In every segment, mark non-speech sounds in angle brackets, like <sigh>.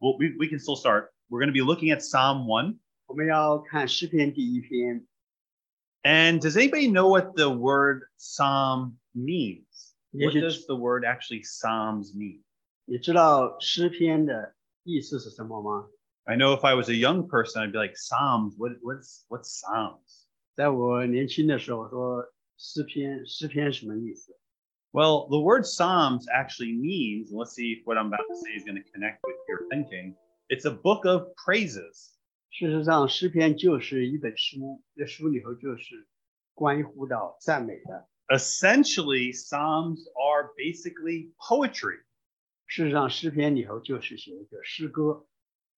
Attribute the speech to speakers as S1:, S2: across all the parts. S1: well, we, we can still start. We're going to be looking at Psalm 1.
S2: 我们要看诗篇第一篇。
S1: And does anybody know what the word psalm means? What
S2: Yes, it-
S1: does the word actually psalms mean?
S2: 你知道诗篇的意思是什么吗？
S1: I know if I was a young person, I'd be like, Psalms, what, what's, what's Psalms?
S2: 在我年轻的时候，我说诗篇，诗篇什么意思？
S1: Well, the word Psalms actually means, and let's see if what I'm about to say is going to connect with your thinking. It's a book of praises.
S2: 事实上，诗篇就是一本书，这书里头就是关乎到赞美的。
S1: Essentially, Psalms are basically poetry.
S2: 事实上，诗篇里头就是写一个诗歌。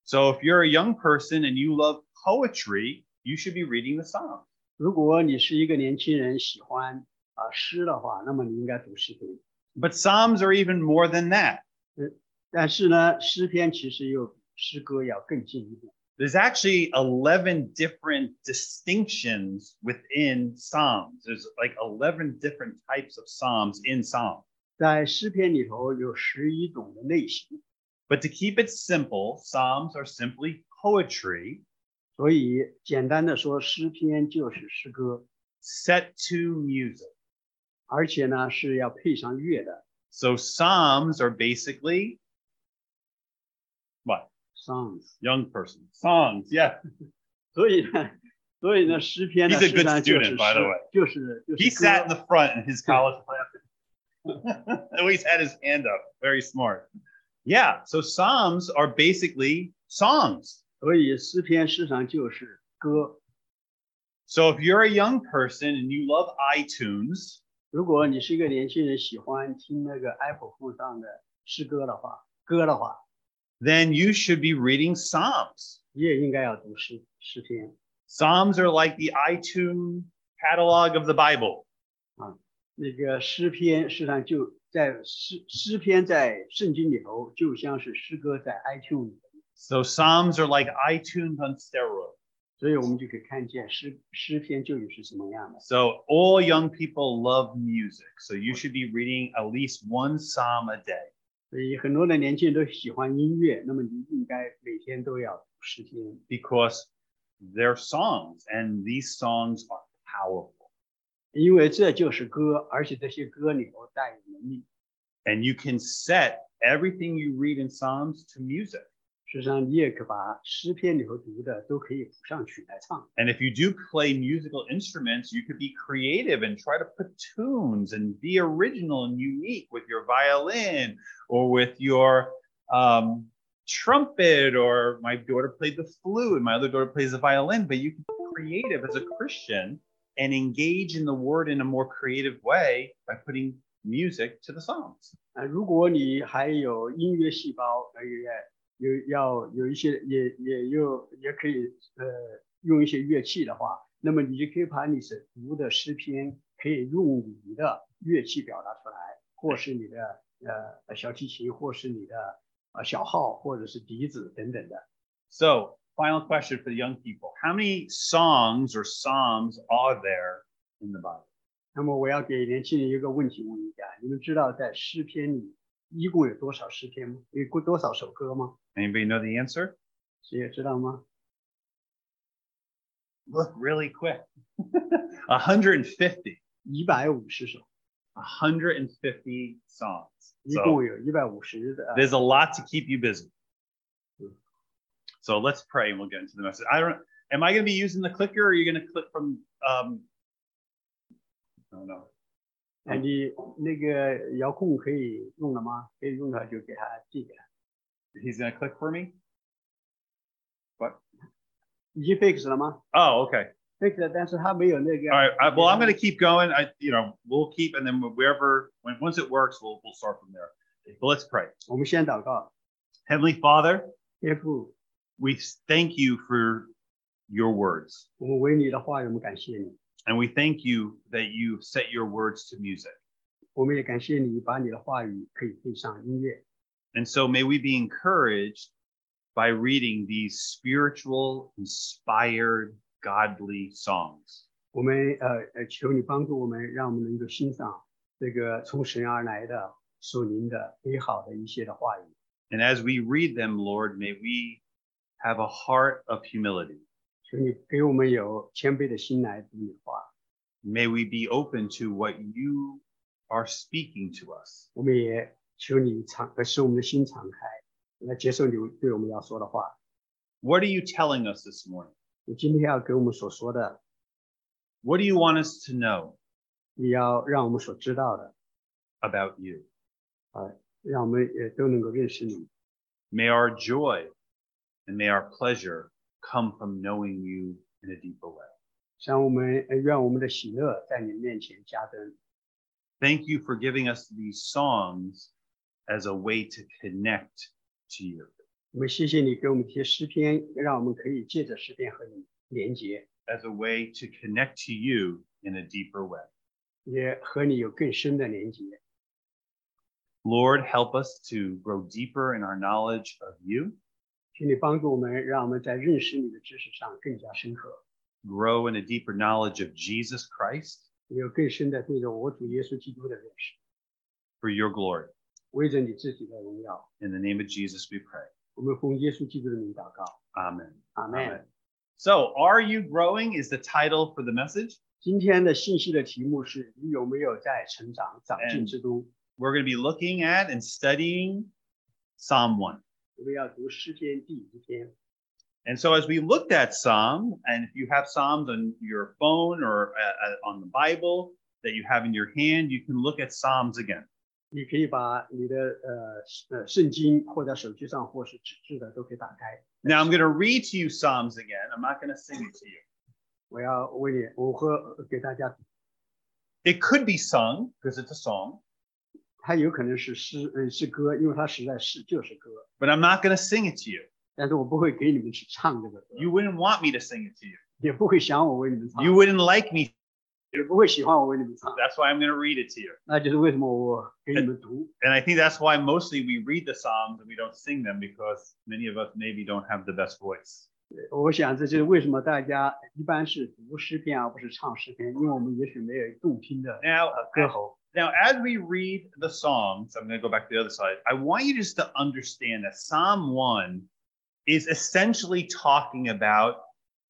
S1: So if you're a young person and you love poetry, you should be reading the Psalms.
S2: 如果你是一个年轻人，喜欢啊诗的话，那么你应该读诗篇。
S1: But Psalms are even more than that.
S2: 但是呢，诗篇其实又比诗歌要更进一步。
S1: There's actually 11 different distinctions within Psalms. There's like 11 different types of Psalms in Psalm.
S2: 在诗篇里头有十一种的类型，
S1: But to keep it simple, Psalms are simply poetry
S2: 所以简单的说，诗篇就是诗歌，
S1: set to music.
S2: 而且呢是要配上乐的
S1: So Psalms are basically what?
S2: songs。
S1: Young person. Songs, yeah.
S2: 所以呢，所以呢，诗篇呢
S1: He's a
S2: 实
S1: good
S2: 际上就是
S1: student, by the
S2: 诗
S1: way.
S2: 就是就
S1: He
S2: 是
S1: sat in
S2: 歌。
S1: the front in his college class. <laughs> Always had his hand up. Very smart. Yeah. So Psalms are basically songs.
S2: 所以诗篇实际上就是歌。
S1: So if you're a young person and you love iTunes,
S2: 如果你是一个年轻人，喜欢听那个 Apple 附上的诗歌的话，歌的话，
S1: then you should be reading Psalms.
S2: 你也应该要读诗诗篇。
S1: Psalms are like the iTunes catalog of the Bible.
S2: 那个诗篇实际上就在诗诗篇在圣经里头，就像是诗歌在 iTunes 里。
S1: So Psalms are like iTunes on steroids.
S2: 所以我们就可以看见诗诗篇究竟是什么样的。
S1: So all young people love music. So you should be reading at least one psalm a day.
S2: 所以很多的年轻人都喜欢音乐，那么你应该每天都要读诗篇，
S1: because they're songs and these songs are powerful
S2: 因为这就是歌，而且这些歌里头带有能力。
S1: and you can set everything you read in psalms to music
S2: 事实上，你也可以把诗篇里头读的都可以谱上曲来唱。
S1: and if you do play musical instruments you could be creative and try to put tunes and be original and unique with your violin or with your um, trumpet or my daughter played the flute and my other daughter plays the violin but you can be creative as a christian and engage in the word in a more creative way by putting music to the psalms
S2: 啊，如果你还有音乐细胞，呃，也有要有一些也也有也可以呃用一些乐器的话，那么你就可以把你所读的诗篇可以用你的乐器表达出来，或是你的呃小提琴，或是你的呃小号，或者是笛子等等的。
S1: So, final question for the young people How many songs or psalms are there in the Bible?
S2: 那么我要给年轻人一个问题问一下，你们知道在诗篇里一共有多少诗篇吗？有过多少首歌吗？
S1: Anybody know the answer?
S2: 谁也知道吗？
S1: Look really quick <laughs> 150.
S2: 一百五十首。
S1: 150 songs.
S2: 一共
S1: So,
S2: 有一百五十的。
S1: there's a lot to keep you busy. So, let's pray and we'll get into the message. I don't Am I going to be using the clicker or are you going to click from? Um, I don't know.
S2: 哎，你那个遥控可以用的吗？可以用的就给他寄给他。
S1: He's going to click for me?
S2: 已经 fix 了吗
S1: Oh, okay.
S2: ？fix 了，但是他没有那个。
S1: All right. 啊 I, well, I'm going to keep going. I, you know, we'll keep, and then wherever, when, once it works, we'll, we'll start from there. But let's pray.
S2: 我们先祷告，
S1: Heavenly Father,
S2: 天父，
S1: we thank you for your words,
S2: 我们为你的话语，我们感谢你，
S1: and we thank you that you set your words to music.
S2: 我们也感谢你把你的话语可以配上音乐。
S1: And so may we be encouraged by reading these spiritual, inspired, godly songs.
S2: 我们呃呃，求你帮助我们，让我们能够欣赏这个从神而来的属灵的美好的一些的话语。
S1: And as we read them, Lord, may we have a heart of humility.
S2: 求你给我们有谦卑的心来读你的话，
S1: May we be open to what you are speaking to us.
S2: 我们也求你敞，呃使我们的心敞开，来接受你对我们要说的话。
S1: What are you telling us this morning?
S2: 你今天要给我们所说的，
S1: What do you want us to know
S2: 你要让我们所知道的，
S1: about you?
S2: 让我们也都能够认识你。
S1: May our joy and may our pleasure come from knowing you in a deeper way.
S2: 让我们呃愿我们的喜乐在你面前加增。
S1: Thank you for giving us these songs as a way to connect to you,
S2: 我们谢谢你给我们这些诗篇，让我们可以借着诗篇和你连接，
S1: as a way to connect to you in a deeper way.
S2: 也和你有更深的连接。
S1: Lord, help us to grow deeper in our knowledge of you,
S2: 请你帮助我们，让我们在认识你的知识上更加深刻，
S1: grow in a deeper knowledge of Jesus Christ
S2: 有更深的对着我主耶稣基督的认识，
S1: for your glory.
S2: 为着你自己的荣耀。
S1: In the name of Jesus, we pray.
S2: 我们奉耶稣基督的名祷告，
S1: Amen.
S2: 阿门
S1: Amen.。So, Are You Growing is the title for the message.
S2: 今天的信息的题目是你有没有在成长长进之中？
S1: We're going to be looking at and studying Psalm 1.
S2: 我们要读诗篇第一篇。
S1: And so, as we looked at Psalm, and if you have Psalms on your phone or uh, uh, on the Bible that you have in your hand, you can look at Psalms again.
S2: 你可以把你的呃呃圣经或者手机上或是纸质的都可以打开。
S1: Now, I'm going to read to you Psalms again. I'm not going to sing it to you.
S2: 我要为你，我会给大家，
S1: It could be sung because it's a song,
S2: 它有可能是诗，嗯，是歌，因为它实在是就是歌，
S1: but I'm not going to sing it to you.
S2: 但是我不会给你们去唱这个歌，
S1: You wouldn't want me to sing it to you.
S2: 也不会想我为你们唱
S1: You wouldn't like me.
S2: 也不会喜欢我为你们唱，
S1: That's why I'm going to read it to you.
S2: 那就是为什么我给你们读，
S1: And I think that's why mostly we read the Psalms and we don't sing them because many of us maybe don't have the best voice.
S2: 我想这就是为什么大家一般是读诗篇而不是唱诗篇，因为我们也许没有动听的
S1: Now,
S2: 呃歌喉。
S1: Now, as we read the Psalms, I'm going to go back to the other side. I want you just to understand that Psalm 1 is essentially talking about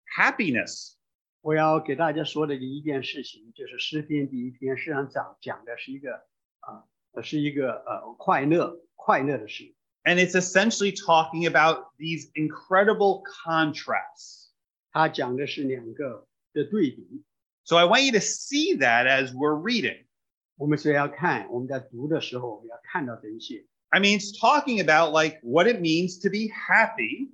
S1: happiness.
S2: 我要给大家说的一件事情，就是诗篇第一篇，实际上讲讲的是一个啊、呃是一个呃快乐快乐的事，
S1: And it's essentially talking about these incredible contrasts.
S2: 它讲的是两个的对比。
S1: So I want you to see that as we're reading.
S2: 我们所以要看我们在读的时候，我们要看到这一切。
S1: I mean, it's talking about like what it means to be happy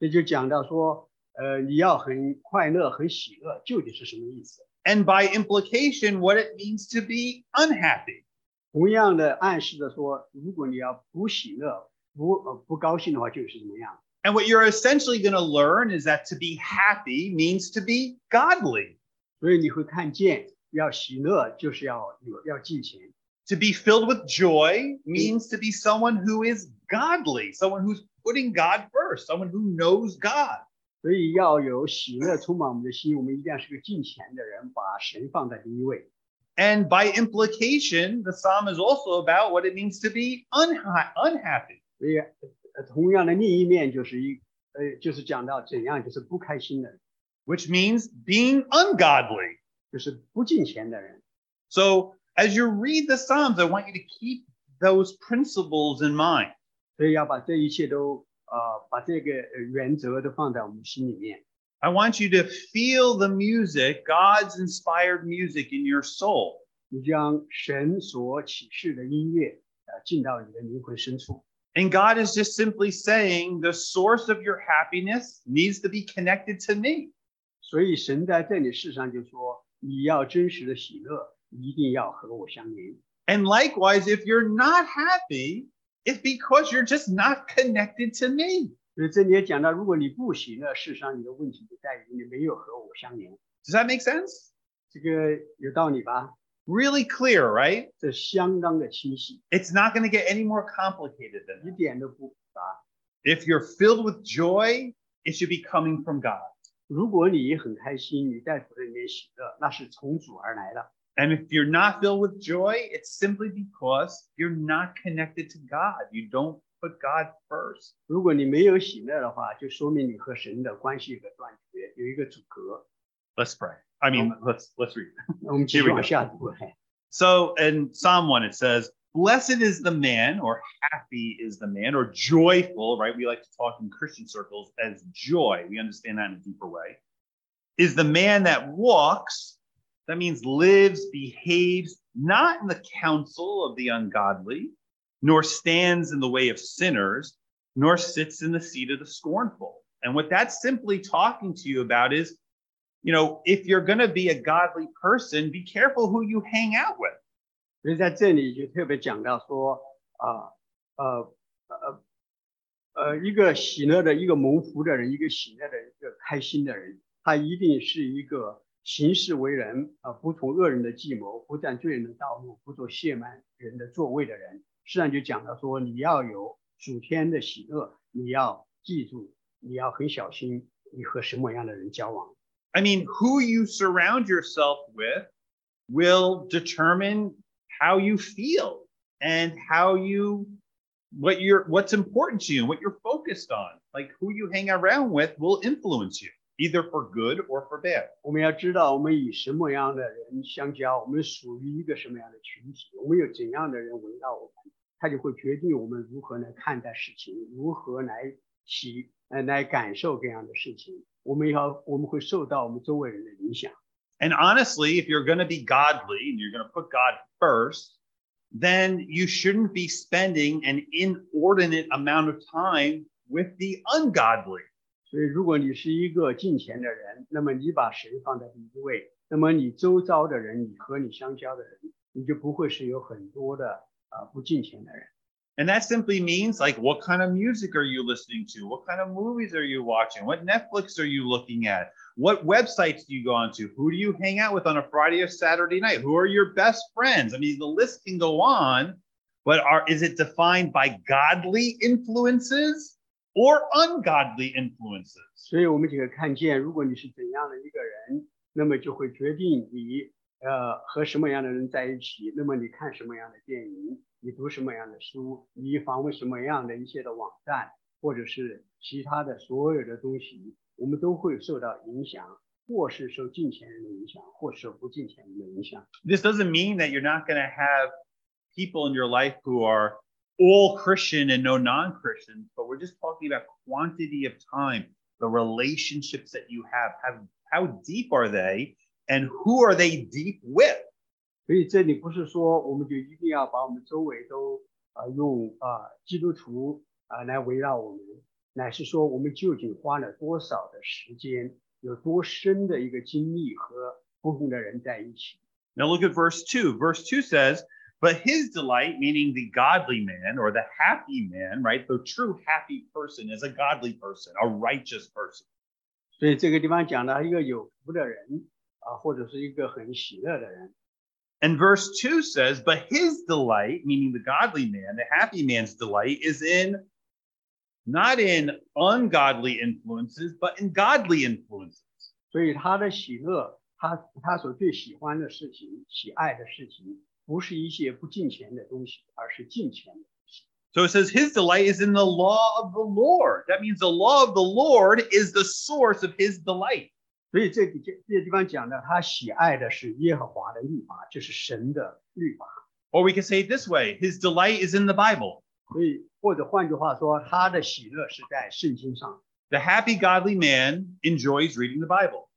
S2: 这就讲到说，呃，你要很快乐、很喜乐，究竟是什么意思？
S1: and by implication, what it means to be unhappy.
S2: 同样的暗示着说，如果你要不喜乐、不呃不高兴的话，就是怎么样？
S1: And what you're essentially going to learn is that to be happy means to be godly,
S2: 所以你会看见，要喜乐就是要有要敬虔，
S1: to be filled with joy means to be someone who is godly, someone who's putting God first, someone who knows God.
S2: 所以要有喜乐充满我们的心。我们一定要是个敬虔的人，把神放在第一位。
S1: And by implication, the psalm is also about what it means to be unha- unhappy.
S2: 所以，呃同样的另一面就是一呃，就是讲到怎样就是不开心的人，
S1: which means being ungodly.
S2: 就是不敬虔的人。
S1: So as you read the Psalms, I want you to keep those principles in mind.
S2: 所以要把这一切都呃，把这个呃原则都放在我们心里面。
S1: I want you to feel the music, God's inspired music in your soul.
S2: 你将神所启示的音乐呃进到你的灵魂深处。
S1: And God is just simply saying the source of your happiness needs to be connected to me.
S2: 所以神在这里世上就说：你要真实的喜乐，一定要和我相连。
S1: And likewise, if you're not happy, it's because you're just not connected to me.
S2: 所以这里也讲到，如果你不喜乐，事实上你的问题就在于你没有和我相连。
S1: Does that make sense?
S2: 这个有道理吧？
S1: Really clear, right?
S2: 这相当的清晰，
S1: It's not going to get any more complicated than that.
S2: 一点都不复杂。
S1: If you're filled with joy, it should be coming from God.
S2: 如果你很开心，你在主里面喜乐，那是从主而来的。
S1: And if you're not filled with joy, it's simply because you're not connected to God. You don't put God first.
S2: 如果你没有喜乐的话，就说明你和神的关系有个断绝，有一个阻隔。
S1: Let's pray. I mean, let's let's read.
S2: 我们继
S1: Here
S2: 续
S1: we
S2: 往
S1: go.
S2: 下读。哎
S1: So in Psalm 1, it says, Blessed is the man, or happy is the man, or joyful, right? We like to talk in Christian circles as joy. We understand that in a deeper way. Is the man that walks, that means lives, behaves, not in the counsel of the ungodly, nor stands in the way of sinners, nor sits in the seat of the scornful. And what that's simply talking to you about is you know, if you're going to be a godly person, be careful who you hang out with.
S2: 所以在这里就特别讲到说啊，呃，呃，呃，一个喜乐的、一个蒙福的人，一个喜乐的、一个开心的人，他一定是一个行事为人啊、不从恶人的计谋，不占罪人的道路，不做亵慢人的座位的人。实际上就讲到说，你要有属天的喜乐，你要记住，你要很小心，你和什么样的人交往。
S1: I mean, who you surround yourself with will determine how you feel and how you what you're what's important to you and what you're focused on. Like who you hang around with will influence you, either for good or for bad.
S2: 我们要知道我们与什么样的人相交，我们属于一个什么样的群体，我们有怎样的人围绕我们，他就会决定我们如何来看待事情，如何来体呃来感受各样的事情。我们要我们会受到我们周围人的影响。
S1: And honestly, if you're going to be godly and you're going to put God first, then you shouldn't be spending an inordinate amount of time with the ungodly.
S2: 所以，如果你是一个敬虔的人，那么你把神放在第一位，那么你周遭的人，你和你相交的人，你就不会是有很多的呃不敬虔的人。
S1: And that simply means like, what kind of music are you listening to? What kind of movies are you watching? What Netflix are you looking at? What websites do you go onto? Who do you hang out with on a Friday or Saturday night? Who are your best friends? I mean, the list can go on, but are is it defined by godly influences or ungodly influences?
S2: 所以我们就可以看见，如果你是怎样的一个人，那么就会决定你呃和什么样的人在一起，那么你看什么样的电影，你读什么样的书，你访问什么样的一些的网站，或者是其他的所有的东西，我们都会受到影响，或是受近前人的影响，或受不近前人的影响。
S1: This doesn't mean that you're not going to have people in your life who are all Christian and no non Christians, but we're just talking about quantity of time, the relationships that you have. How, how deep are they and who are they deep with?
S2: 所以这里不是说我们就一定要把我们周围都啊用啊基督徒啊来围绕我们，乃是说我们究竟花了多少的时间，有多深的一个精力和不同的人在一起。
S1: Now look at verse 2. Verse 2 says, But his delight, meaning the godly man or the happy man, right? The true happy person is a godly person, a righteous person.
S2: 所以这个地方讲到一个有福的人啊，或者是一个很喜乐的人，
S1: And verse 2 says, But his delight, meaning the godly man, the happy man's delight, is in not in ungodly influences, but in godly influences.
S2: 所以他的喜乐，他他所最喜欢的事情、喜爱的事情，不是一些不进钱的东西，而是进钱的。
S1: So it says, His delight is in the law of the Lord. That means the law of the Lord is the source of his delight.
S2: 所以这里这这地方讲的，他喜爱的是耶和华的律法，就是神的律法。
S1: Or we could say it this way His delight is in the Bible.
S2: 所以或者换句话说，他的喜乐是在圣经上。
S1: The happy, godly man enjoys reading the Bible.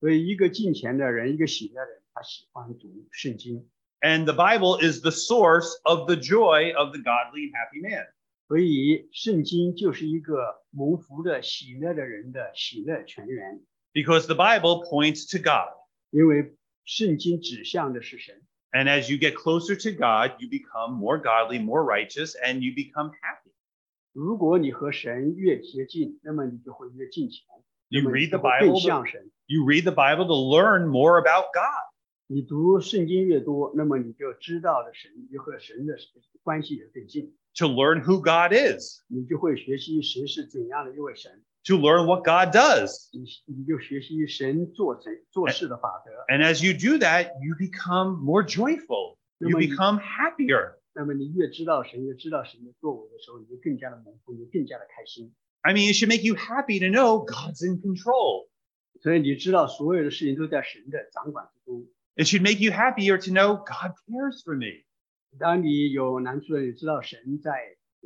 S2: 所以一个敬虔的人，一个喜乐的人，他喜欢读圣经。
S1: And the Bible is the source of the joy of the godly and happy man.
S2: 所以圣经就是一个蒙福的喜乐的人的喜乐泉源，
S1: because the Bible points to God.
S2: 因为圣经指向的是神。
S1: And as you get closer to God, you become more godly, more righteous, and you become happy.
S2: 如果你和神越接近，那么你就会越敬虔，那
S1: You
S2: 么你
S1: read the
S2: 就会更
S1: Bible, to-
S2: 像神。
S1: you read the Bible to learn more about God.
S2: 你读圣经越多，那么你就知道了神，你和神的关系也更近，
S1: To learn who God is,
S2: 你就会学习神是怎样的一位神，
S1: to learn what God does.
S2: 你你就学习神做神做事的法则。
S1: And as you do that, you become more joyful. You
S2: Amen.
S1: become happier.
S2: 那么你越知道神，越知道神的作为的时候，你就更加的蒙福，你就更加的开心。
S1: I mean, it should make you happy to know God's in control.
S2: 所以你知道所有的事情都在神的掌管之中。
S1: It should make you happier to know God cares for me.
S2: 当你有难处的，你知道神在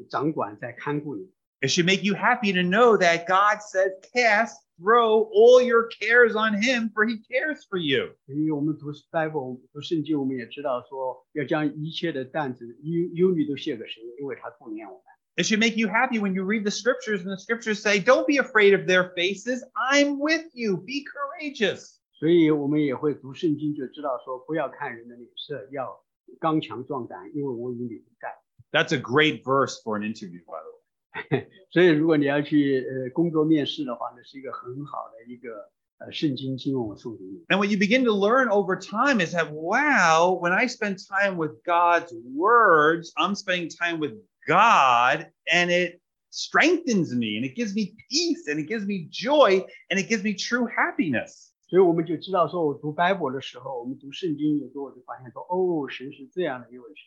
S2: 掌管，在看顾你。
S1: It should make you happy to know that God says, cast, throw all your cares on Him, for He cares for you.
S2: 所以我们读 Bible，我们读圣经，我们也知道说要将一切的担子、忧忧虑都卸给神，因为他顾念我们。
S1: It should make you happy when you read the scriptures and the scriptures say, Don't be afraid of their faces. I'm with you. Be courageous.
S2: 所以我们也会读圣经，就知道说不要看人的脸色，要刚强壮胆，因为我与你同在。
S1: That's a great verse for an interview, by the
S2: 所以，如果你要去呃工作面试的话，那是一个很好的一个呃圣经经文我送给你。
S1: way. And what you begin to learn over time is that, wow, when I spend time with God's words, I'm spending time with God and it strengthens me and it gives me peace and it gives me joy and it gives me true happiness.
S2: 所以我们就知道，说我读 Bible 的时候，我们读圣经有时候我就发现说，哦，神是这样的一位神，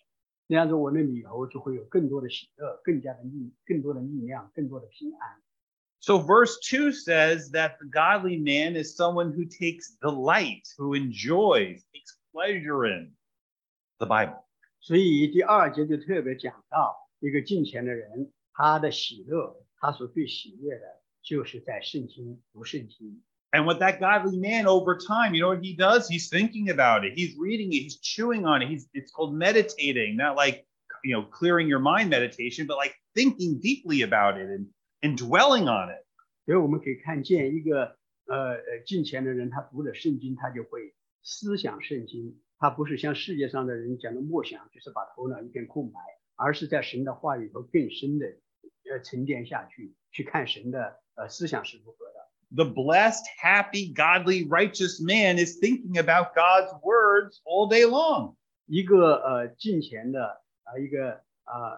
S2: 那样子我们以后就会有更多的喜乐，更加的力，更多的力量，更多的平安。
S1: So, verse 2 says that the godly man is someone who takes delight, who enjoys, takes pleasure in the Bible.
S2: 所以第二节就特别讲到，一个敬虔的人，他的喜乐，他所最喜悦的，就是在圣经读圣经。
S1: And what that godly man over time, you know what he does? He's thinking about it, he's reading it, he's chewing on it. He's, it's called meditating, not like, you know, clearing your mind meditation, but like thinking deeply about it and, and dwelling on it.
S2: 所以我们可以看见一个呃呃敬虔的人，他读了圣经，他就会思想圣经，他不是像世界上的人讲的默想，就是把头脑一片空白，而是在神的话语头更深的呃沉淀下去，去看神的呃思想是如何的。
S1: The blessed, happy, godly, righteous man is thinking about God's words all day long.
S2: 一个呃敬虔的啊、呃、一个啊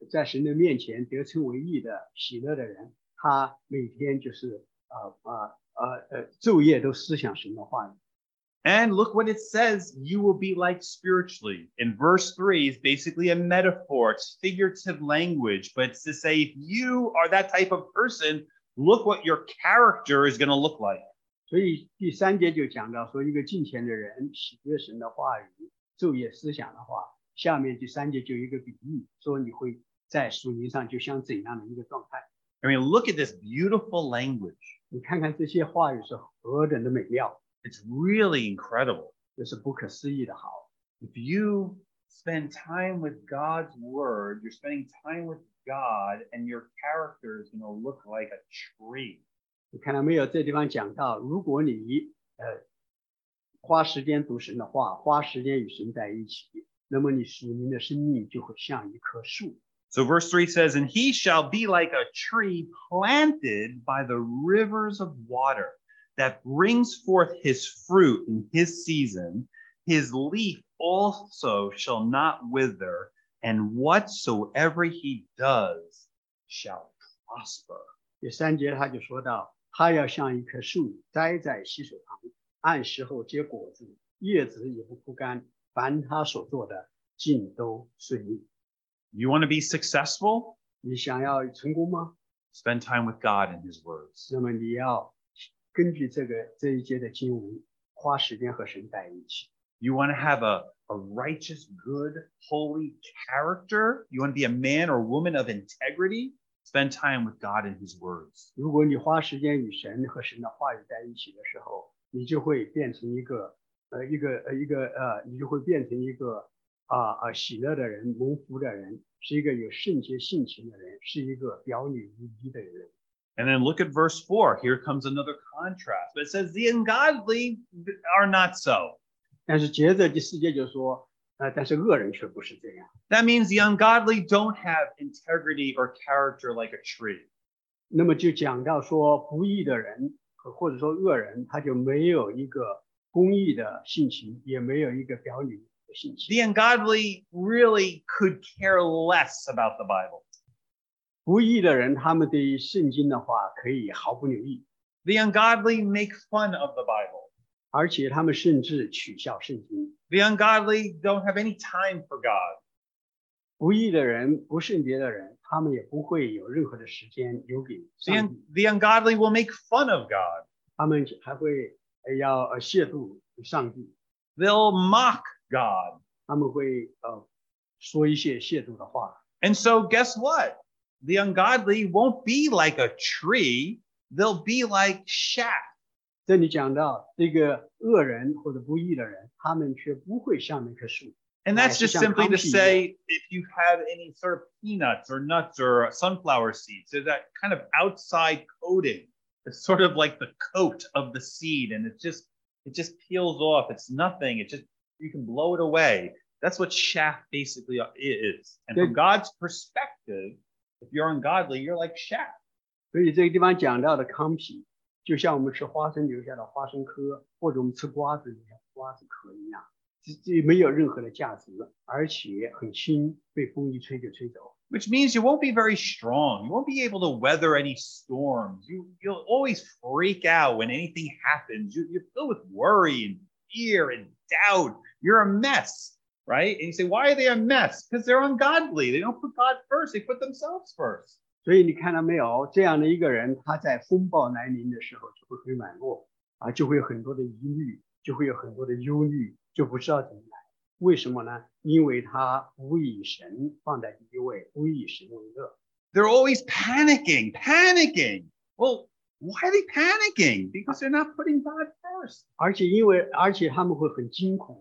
S2: 呃在神的面前得称为义的喜乐的人，他每天就是啊啊啊呃昼夜都思想神的话语。
S1: And look what it says you will be like spiritually. In verse 3 is basically a metaphor, it's figurative language, but it's to say if you are that type of person, look what your character is going to look like.
S2: 所以第三节就讲到说，一个敬虔的人喜悦神的话语，昼夜思想的话。下面第三节就有一个比喻，说你会在属灵上就像怎样的一个状态？
S1: I mean, look at this beautiful language.
S2: 你看看这些话语是何等的美妙，
S1: It's really incredible.
S2: 这是不可思议的好。
S1: If you spend time with God's word, you're spending time with God, and your character is going to look like a tree.
S2: 你看到没有？这地方讲到，如果你呃花时间读神的话，花时间与神在一起，那么你属灵的生命就会像一棵树。
S1: So verse 3 says, And he shall be like a tree planted by the rivers of water that brings forth his fruit in his season. His leaf also shall not wither, and whatsoever he does shall prosper.
S2: 第三节他就说到，他要像一棵树栽在溪水旁，按时候结果子，叶子也不枯干，凡他所做的尽都顺利。
S1: You want to be successful?
S2: 你想要成功吗？
S1: Spend time with God and his words.
S2: 那么你要根据这个这一节的经文，花时间和神在一起。
S1: You want to have a, a righteous, good, holy character? You want to be a man or woman of integrity? Spend time with God and his words.
S2: 如果你花时间与神和神的话语在一起的时候，你就会变成一个呃一个呃一个呃，你就会变成一个啊啊、喜乐的人，蒙福的人，是一个有圣洁性情的人，是一个表里如一的人。
S1: And then look at verse four. Here comes another contrast. It says, The ungodly are not so.
S2: 但是接着第四节就说，呃，但是恶人却不是这样。
S1: That means the ungodly don't have integrity or character like a tree.
S2: 那么就讲到说，不义的人呃或者说恶人，他就没有一个公义的性情，也没有一个表里的性情。
S1: The ungodly really could care less about the Bible.
S2: 不义的人，他们对于圣经的话可以毫不留意，
S1: The ungodly make fun of the Bible.
S2: 而且他们甚至取笑圣经。
S1: The ungodly don't have any time for God.
S2: 不义的人、不圣洁的人，他们也不会有任何的时间留给
S1: The, un-
S2: 上帝，
S1: the ungodly will make fun of God,
S2: 他们还会呃要呃亵渎上帝，
S1: they'll mock God.
S2: 他们会呃说一些亵渎的话。
S1: And so, guess what? The ungodly won't be like a tree, they'll be like chaff.
S2: 这里讲到这个恶人或者不义的人，他们却不会像那棵树。
S1: And
S2: Right,
S1: that's just
S2: it's on
S1: simply to
S2: comfy, yeah.
S1: say if you have any sort of peanuts or nuts or sunflower seeds, there's that kind of outside coating. It's sort of like the coat of the seed, and it just it just peels off. It's nothing. It just you can blow it away. That's what chaff basically is. And from
S2: Good.
S1: God's perspective, if you're ungodly, you're like chaff.
S2: 所以这个地方讲到的康皮，就像我们吃花生留下的花生壳，或者我们吃瓜子留下的瓜子壳一样，这这没有任何的价值，而且很轻，被风一吹就吹走。
S1: which means you won't be very strong. You won't be able to weather any storms. You you'll always freak out when anything happens. You you're filled with worry and fear and doubt. You're a mess, right? And you say, why are they a mess? Because they're ungodly. They don't put God first. They put themselves first.
S2: 所以你看到没有，这样的一个人，他在风暴来临的时候就会很软弱啊，就会有很多的疑虑，就会有很多的忧虑，就不知道怎么来。为什么呢？因为他不以神放在第一位，不以神为乐。
S1: They're always panicking, panicking. Well, why are they panicking? Because they're not putting God first.
S2: 而且因为而且他们会很惊恐，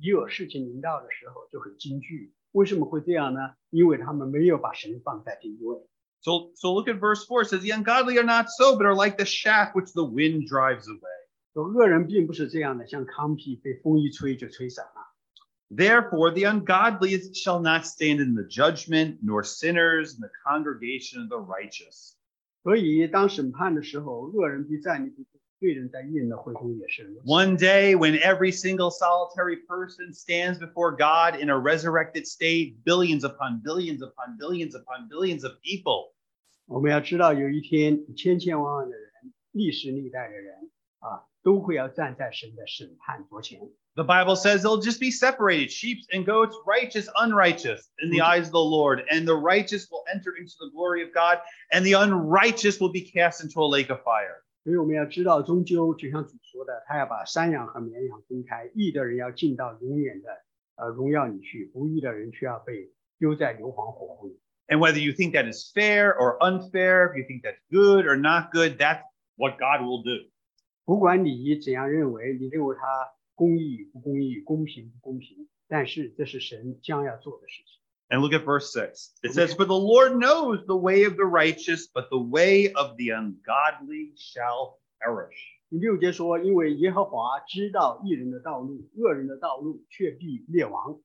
S2: 一有事情临到的时候就很惊惧。为什么会这样呢？因为他们没有把神放在第一位。
S1: So so look at verse four. It says, The ungodly are not so, but are like the shaft which the wind drives away.
S2: 说恶人并不是这样的，像糠皮被风一吹就吹散了。
S1: Therefore, the ungodly is- shall not stand in the judgment, nor sinners in the congregation of the righteous.
S2: 所以当审判的时候，恶人必站立不住，罪人在应的会中也是如此。
S1: One day, when every single solitary person stands before God in a resurrected state, billions upon billions upon billions upon billions of people,
S2: 我们要知道，有一天千千万万的人，历时历代的人啊，都会要站在神的审判桌前。
S1: the Bible says they'll just be separated sheep and goats, righteous, unrighteous, in the
S2: Mhm.
S1: eyes of the Lord. And the righteous will enter into the glory of God, and the unrighteous will be cast into a lake of fire.
S2: 所以我们要知道，终究就像主说的，他要把山羊和绵羊分开，义的人要进到永远的呃荣耀里去，不义的人却要被丢在硫磺火湖里。
S1: And whether you think that is fair or unfair, if you think that's good or not good, that's what God will do.
S2: 不管你怎样认为，你认为他公义不公义，公平不公平，但是这是神将要做的事情。
S1: And look at verse six. It says, For the Lord knows the way of the righteous, but the way of the ungodly shall perish.
S2: 第六节说，因为耶和华知道义人的道路，恶人的道路却必灭亡。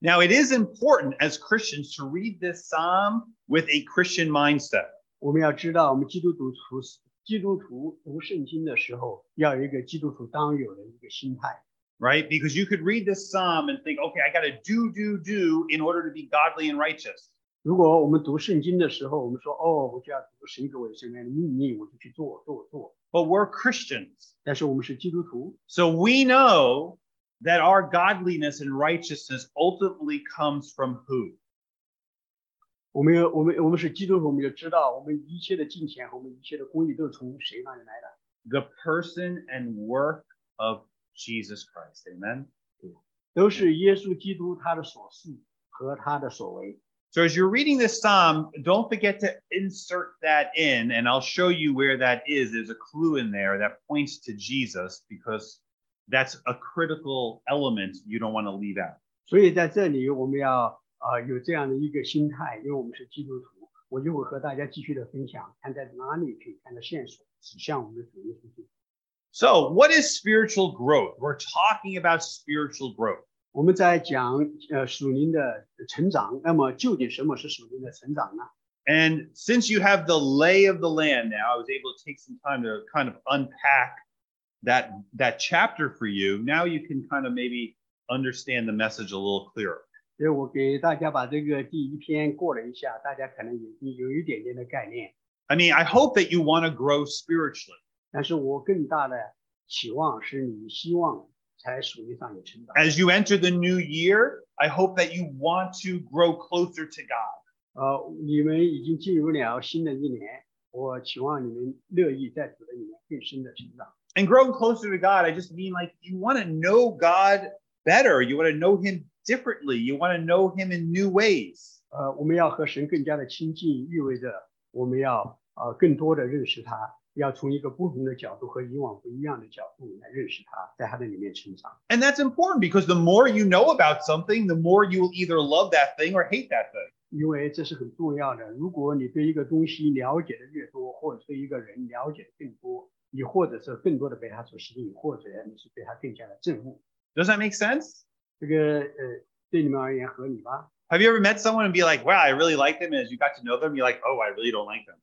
S1: Now, it is important as Christians to read this psalm with a Christian mindset.
S2: 我们要知道，我们基督徒读基督徒读圣经的时候，要有一个基督徒当有的一个心态。
S1: right? Because you could read this psalm and think, okay, I got to do, do, do in order to be godly and righteous.
S2: 如果我们读圣经的时候，我们说哦，我就要读神给我的圣经的命令，我就去做做做。
S1: But we're Christians.
S2: 但是我们是基督徒，
S1: So we know that our godliness and righteousness ultimately comes from who?
S2: 我们有我们我们是基督徒，我们就知道我们一切的金钱和我们一切的公益都是从谁那里来的？
S1: The person and work of Jesus Christ. Amen.
S2: 都是耶稣基督他的所事和他的所为。
S1: So as you're reading this psalm, don't forget to insert that in, and I'll show you where that is. There's a clue in there that points to Jesus because that's a critical element you don't want to leave out.
S2: 所以在这里我们要呃有这样的一个心态，因为我们是基督徒，我就会和大家继续的分享，看在哪里可以看到线索指向我们的主耶稣基督。
S1: So, what is spiritual growth? We're talking about spiritual growth.
S2: 我们在讲呃属灵的成长，那么究竟什么是属灵的成长呢？
S1: And since you have the lay of the land now, I was able to take some time to kind of unpack that that chapter for you. Now you can kind of maybe understand the message a little clearer.
S2: 所以我给大家把这个第一篇过了一下，大家可能已经有一点点的概念，
S1: I mean, I hope that you want to grow spiritually.
S2: 但是我更大的期望是你希望才属灵上有成长。
S1: As you enter the new year, I hope that you want to grow closer to God.
S2: 呃，你们已经进入了新的一年，我期望你们乐意在主的里面更深的成长。
S1: And growing closer to God, I just mean like you want to know God better. You want to know Him differently. You want to know Him in new ways.
S2: 呃，我们要和神更加的亲近，意味着我们要呃更多的认识他，要从一个不同的角度和以往不一样的角度来认识他，在他的里面成长。
S1: And that's important because the more you know about something, the more you will either love that thing or hate that thing.
S2: 因为这是很重要的。如果你对一个东西了解的越多，或者对一个人了解更多，你或者是更多的被他所吸引，或者你是对他更加的憎恶。
S1: Does that make sense?
S2: 这个呃，对你们而言合理吗？
S1: Have you ever met someone and be like, wow, I really like them? And as you got to know them, you're like, oh, I really don't like them.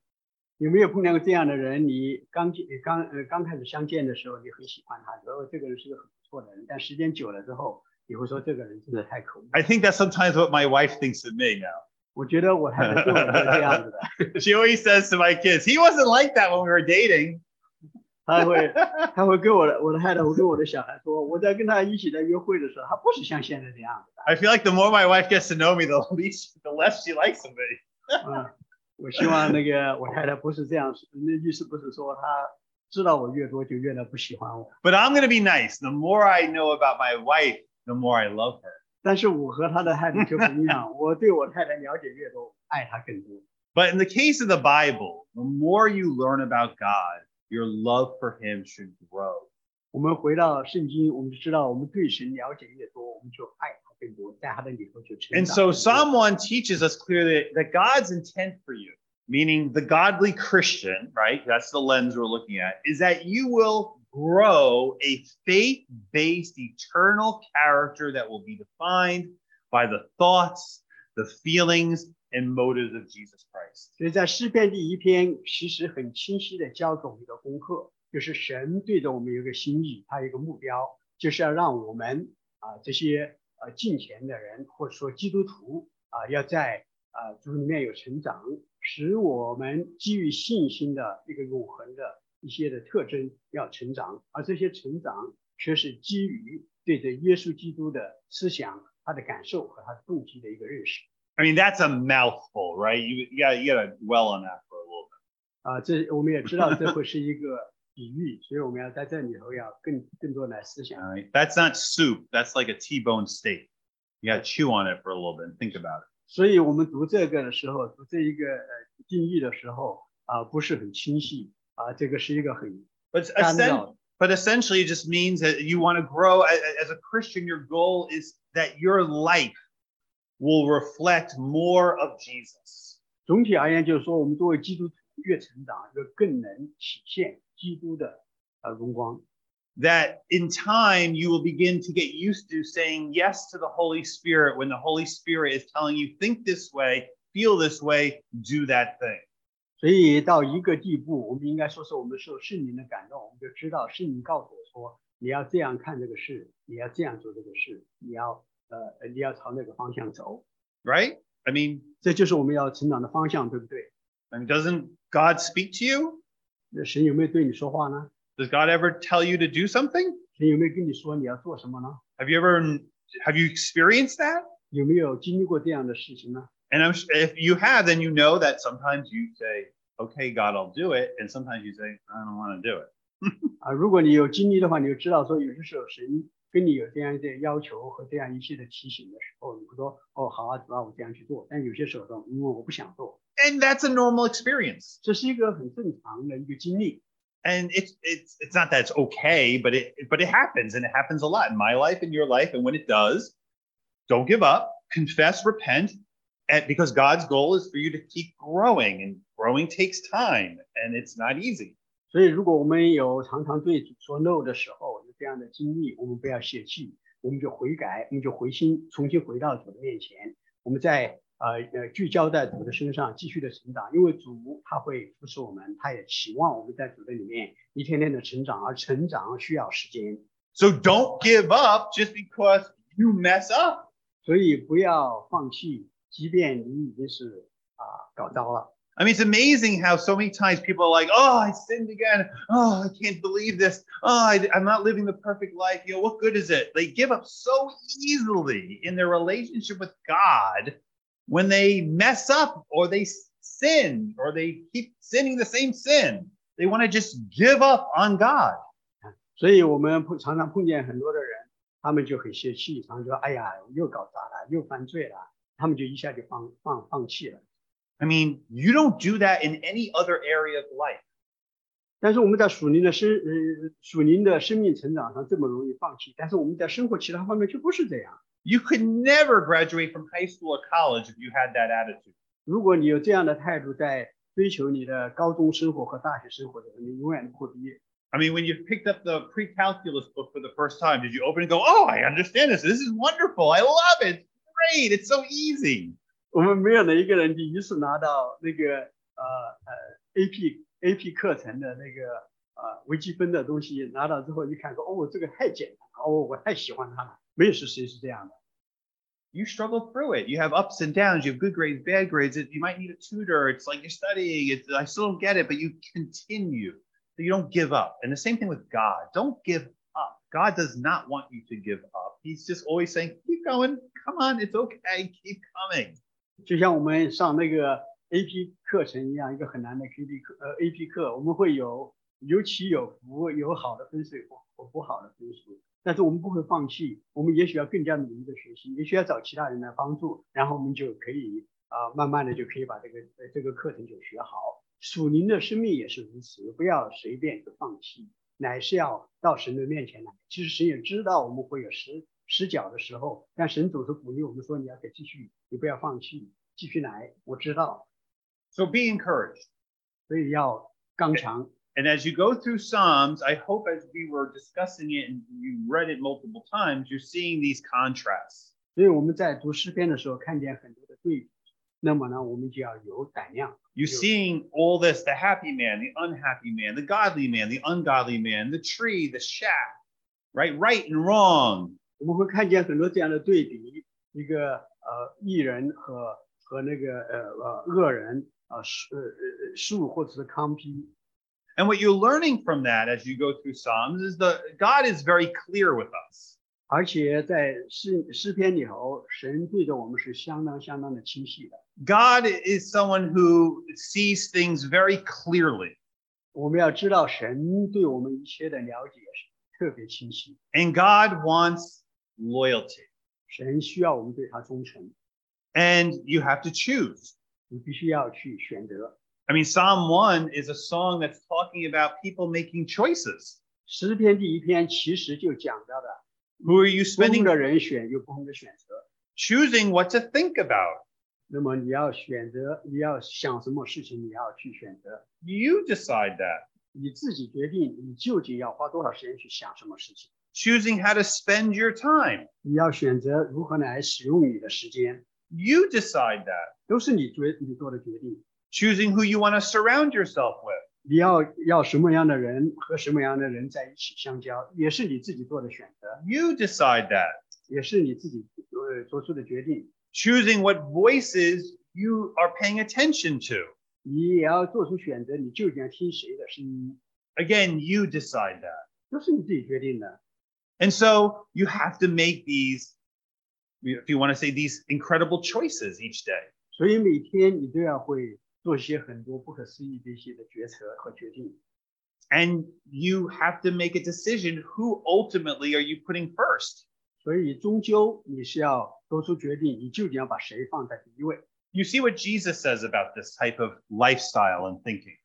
S2: 有没有碰见过这样的人？你刚见刚呃刚开始相见的时候，你很喜欢他，觉得这个人是个很不错的人，但时间久了之后，你会说这个人真的太可恶。
S1: I think that's sometimes what my wife thinks of me now. <laughs>
S2: 我觉得我太太对我是这样子的，
S1: She always says to my kids, he wasn't like that when we were dating.
S2: 他会他会跟我的我的太太，我跟我的小孩说，我在跟他一起在约会的时候，他不是像现在这样子
S1: I feel like the more my wife gets to know me, the <laughs> least, the less she likes of me.
S2: 的。嗯，我希望那个我太太不是这样，那意思不是说他知道我越多就越来不喜欢我，
S1: But I'm gonna be nice. The more I know about my wife, the more I love her.
S2: 但是我和他的态度就不一样，我对我太太了解越多，爱她更多。
S1: But in the case of the Bible, the more you learn about God, your love for Him should grow.
S2: 我们回到圣经，我们就知道，我们对神了解越多，我们就爱他更多，在他的里头就成长。
S1: And so Psalm 1 teaches us clearly that God's intent for you, meaning the godly Christian, right? That's the lens we're looking at, is that you will grow a faith based eternal character that will be defined by the thoughts, the feelings, and motives of Jesus Christ.
S2: 所以在诗篇第一篇，其实很清晰的教给我们一个功课，就是神对着我们有一个心意，他有一个目标，就是要让我们啊、这些呃敬虔的人，或者说基督徒啊、要在啊、主里面有成长，使我们基于信心的一个永恒的一些的特征要成长，而这些成长却是基于对着耶稣基督的思想、他的感受和他的动机的一个认识。
S1: I mean, that's a mouthful, right? You, you, gotta, you gotta dwell on that for a little bit.
S2: 啊，这我们也知道这会是一个比喻，所以我们要在这里头要更更多来思想。
S1: All right. That's not soup. That's like a T-bone steak. You gotta chew on it for a little bit and think about it.
S2: 所以我们读这个的时候，读这一个呃定义的时候啊，不是很清晰啊，这个是一个很
S1: But
S2: 干
S1: essen-
S2: 扰
S1: but essentially, it just means that you want to grow a- a- as a Christian. Your goal is that your life will reflect more of Jesus.
S2: 总体而言，就是说我们作为基督徒越成长，越更能体现基督的呃荣光。
S1: That in time you will begin to get used to saying yes to the Holy Spirit when the Holy Spirit is telling you, think this way, feel this way, do that thing.
S2: 所以到一个地步，我们应该说是我们受圣灵的感动，我们就知道圣灵告诉我说，你要这样看这个事，你要这样做这个事，你要呃你要朝那个方向走。
S1: Right? I mean,
S2: 这就是我们要成长的方向，对不对？
S1: I mean, doesn't God speak to you?
S2: 那神有没有对你说话呢？
S1: Does God ever tell you to do something?
S2: 神有没有跟你说你要做什么呢？
S1: Have you ever have you experienced that?
S2: 有没有经历过这样的事情呢？
S1: And I'm, s- if you have, then you know that sometimes you say, "Okay, God, I'll do it," and sometimes you say, "I don't want to do it."
S2: 啊，如果你有经历的话，你就知道说，有些时候神跟你有这样一些要求和这样一些的提醒的时候，你会说哦好啊，主啊，我这样去做。但有些时候说，因为我不想做，
S1: And that's a normal experience.
S2: 这是一个很正常的一个经历。
S1: And it's it's it's not that it's okay, but it but it happens, and it happens a lot in my life, in your life, and when it does, don't give up, confess, repent, and because God's goal is for you to keep growing, and growing takes time, and it's not easy.
S2: 所以，如果我们有常常对主说 no 的时候，有这样的经历，我们不要泄气，我们就悔改，我们就回心，重新回到主的面前，我们在呃呃聚焦在主的身上，继续的成长，因为主他会扶持我们，他也期望我们在主的里面一天天的成长，而成长需要时间，
S1: So don't give up just because you mess up.
S2: 所以不要放弃，即便你已经是啊、搞糟了。
S1: I mean, it's amazing how so many times people are like, oh, I sinned again. Oh, I can't believe this. Oh, I, am not living the perfect life. You know, what good is it? They give up so easily in their relationship with God when they mess up or they sin or they keep sinning the same sin. They want to just give up on God.
S2: 所以我们碰常常碰见很多的人，他们就很泄气，常说：“哎呀，又搞砸了，又犯罪了。”他们就一下就放放放弃了。
S1: I mean, you don't do that in any other area of life.
S2: 但是我们在属灵的生呃属灵的生命成长上这么容易放弃，但是我们在生活其他方面却不是这样。
S1: You could never graduate from high school or college if you had that attitude.
S2: 如果你有这样的态度，在追求你的高中生活和大学生活的时候，你永远都不会毕业。
S1: I mean, when you picked up the pre-calculus book for the first time, did you open it and go, "Oh, I understand this. This is wonderful. I love it. It's great. It's so easy."
S2: 我们没有哪一个人第一次拿到那个呃呃 AP AP 课程的那个呃微积分的东西，拿到之后一看说，哦，这个太简单了，哦，我太喜欢它了。没有是谁是这样的。
S1: you struggle through it. You have ups and downs. You have good grades, bad grades. It, you might need a tutor. It's like you're studying. It's, I still don't get it, but you continue. So you don't give up. And the same thing with God. Don't give up. God does not want you to give up. He's just always saying, keep going. Come on. It's okay. Keep coming.
S2: 就像我们上那个 AP 课程一样，一个很难的 AP 课，呃，AP 课我们会有有起有伏，有好的分数，有不好的分数，但是我们不会放弃，我们也许要更加努力的学习，也许要找其他人来帮助，然后我们就可以啊、慢慢的就可以把这个呃这个课程就学好。属灵的生命也是如此，不要随便就放弃，乃是要到神的面前来。其实神也知道我们会有失失脚的时候，但神总是鼓励我们说：“你要得继续，你不要放弃，继续来。”我知道，
S1: So be encouraged.
S2: 所以要刚强。
S1: And as you go through Psalms, I hope as we were discussing it and you read it multiple times, you're seeing these contrasts.
S2: 所以我们在读诗篇的时候看见很多的对比，那么呢，我们就要有胆量。
S1: You're
S2: Yeah.
S1: seeing all this the happy man, the unhappy man, the godly man, the ungodly man, the tree, the shack, right? Right and wrong.
S2: 我们会看见很多这样的对比，一个呃艺人和和那个呃呃恶人啊树呃呃树或者是康批。
S1: And what you're learning from that as you go through Psalms is the God is very clear with us.
S2: 而且在诗诗篇里头，神对着我们是相当相当的清晰的。
S1: God is someone who sees things very clearly.
S2: 我们要知道，神对我们一切的了解是特别清晰。
S1: And God wants loyalty.
S2: 神需要我们对他忠诚，
S1: And you have to choose.
S2: 你必须要去选择。
S1: I mean, Psalm 1 is a song that's talking about people making choices.
S2: 诗篇第一篇其实就讲到的，
S1: Who are you
S2: 不同
S1: spending
S2: 的人选有不同的选择。
S1: choosing what to think about?
S2: 那么你要选择，你要想什么事情，你要去选择，
S1: You decide that.
S2: 你自己决定你究竟要花多少时间去想什么事情。
S1: Choosing how to spend your time.
S2: 你要选择如何来使用你的时间，
S1: You decide that.
S2: 都是你决你做的决定。
S1: Choosing who you want to surround yourself with.
S2: 你要要什么样的人和什么样的人在一起相交，也是你自己做的选择，
S1: You decide that.
S2: 也是你自己呃做出的决定。
S1: Choosing what voices you are paying attention to.
S2: 你也要做出选择，你究竟要听谁的声音，
S1: Again, you decide that.
S2: 都是你自己决定的。
S1: And so you have to make these, if you want to say, these incredible choices each day.
S2: 所以每天你都要会做一些很多不可思议的一些的决策和决定。
S1: And you have to make a decision who ultimately are you putting first?
S2: 所以终究你是要做出决定，你究竟要把谁放在第一位。
S1: You see what Jesus says about this type of lifestyle and thinking.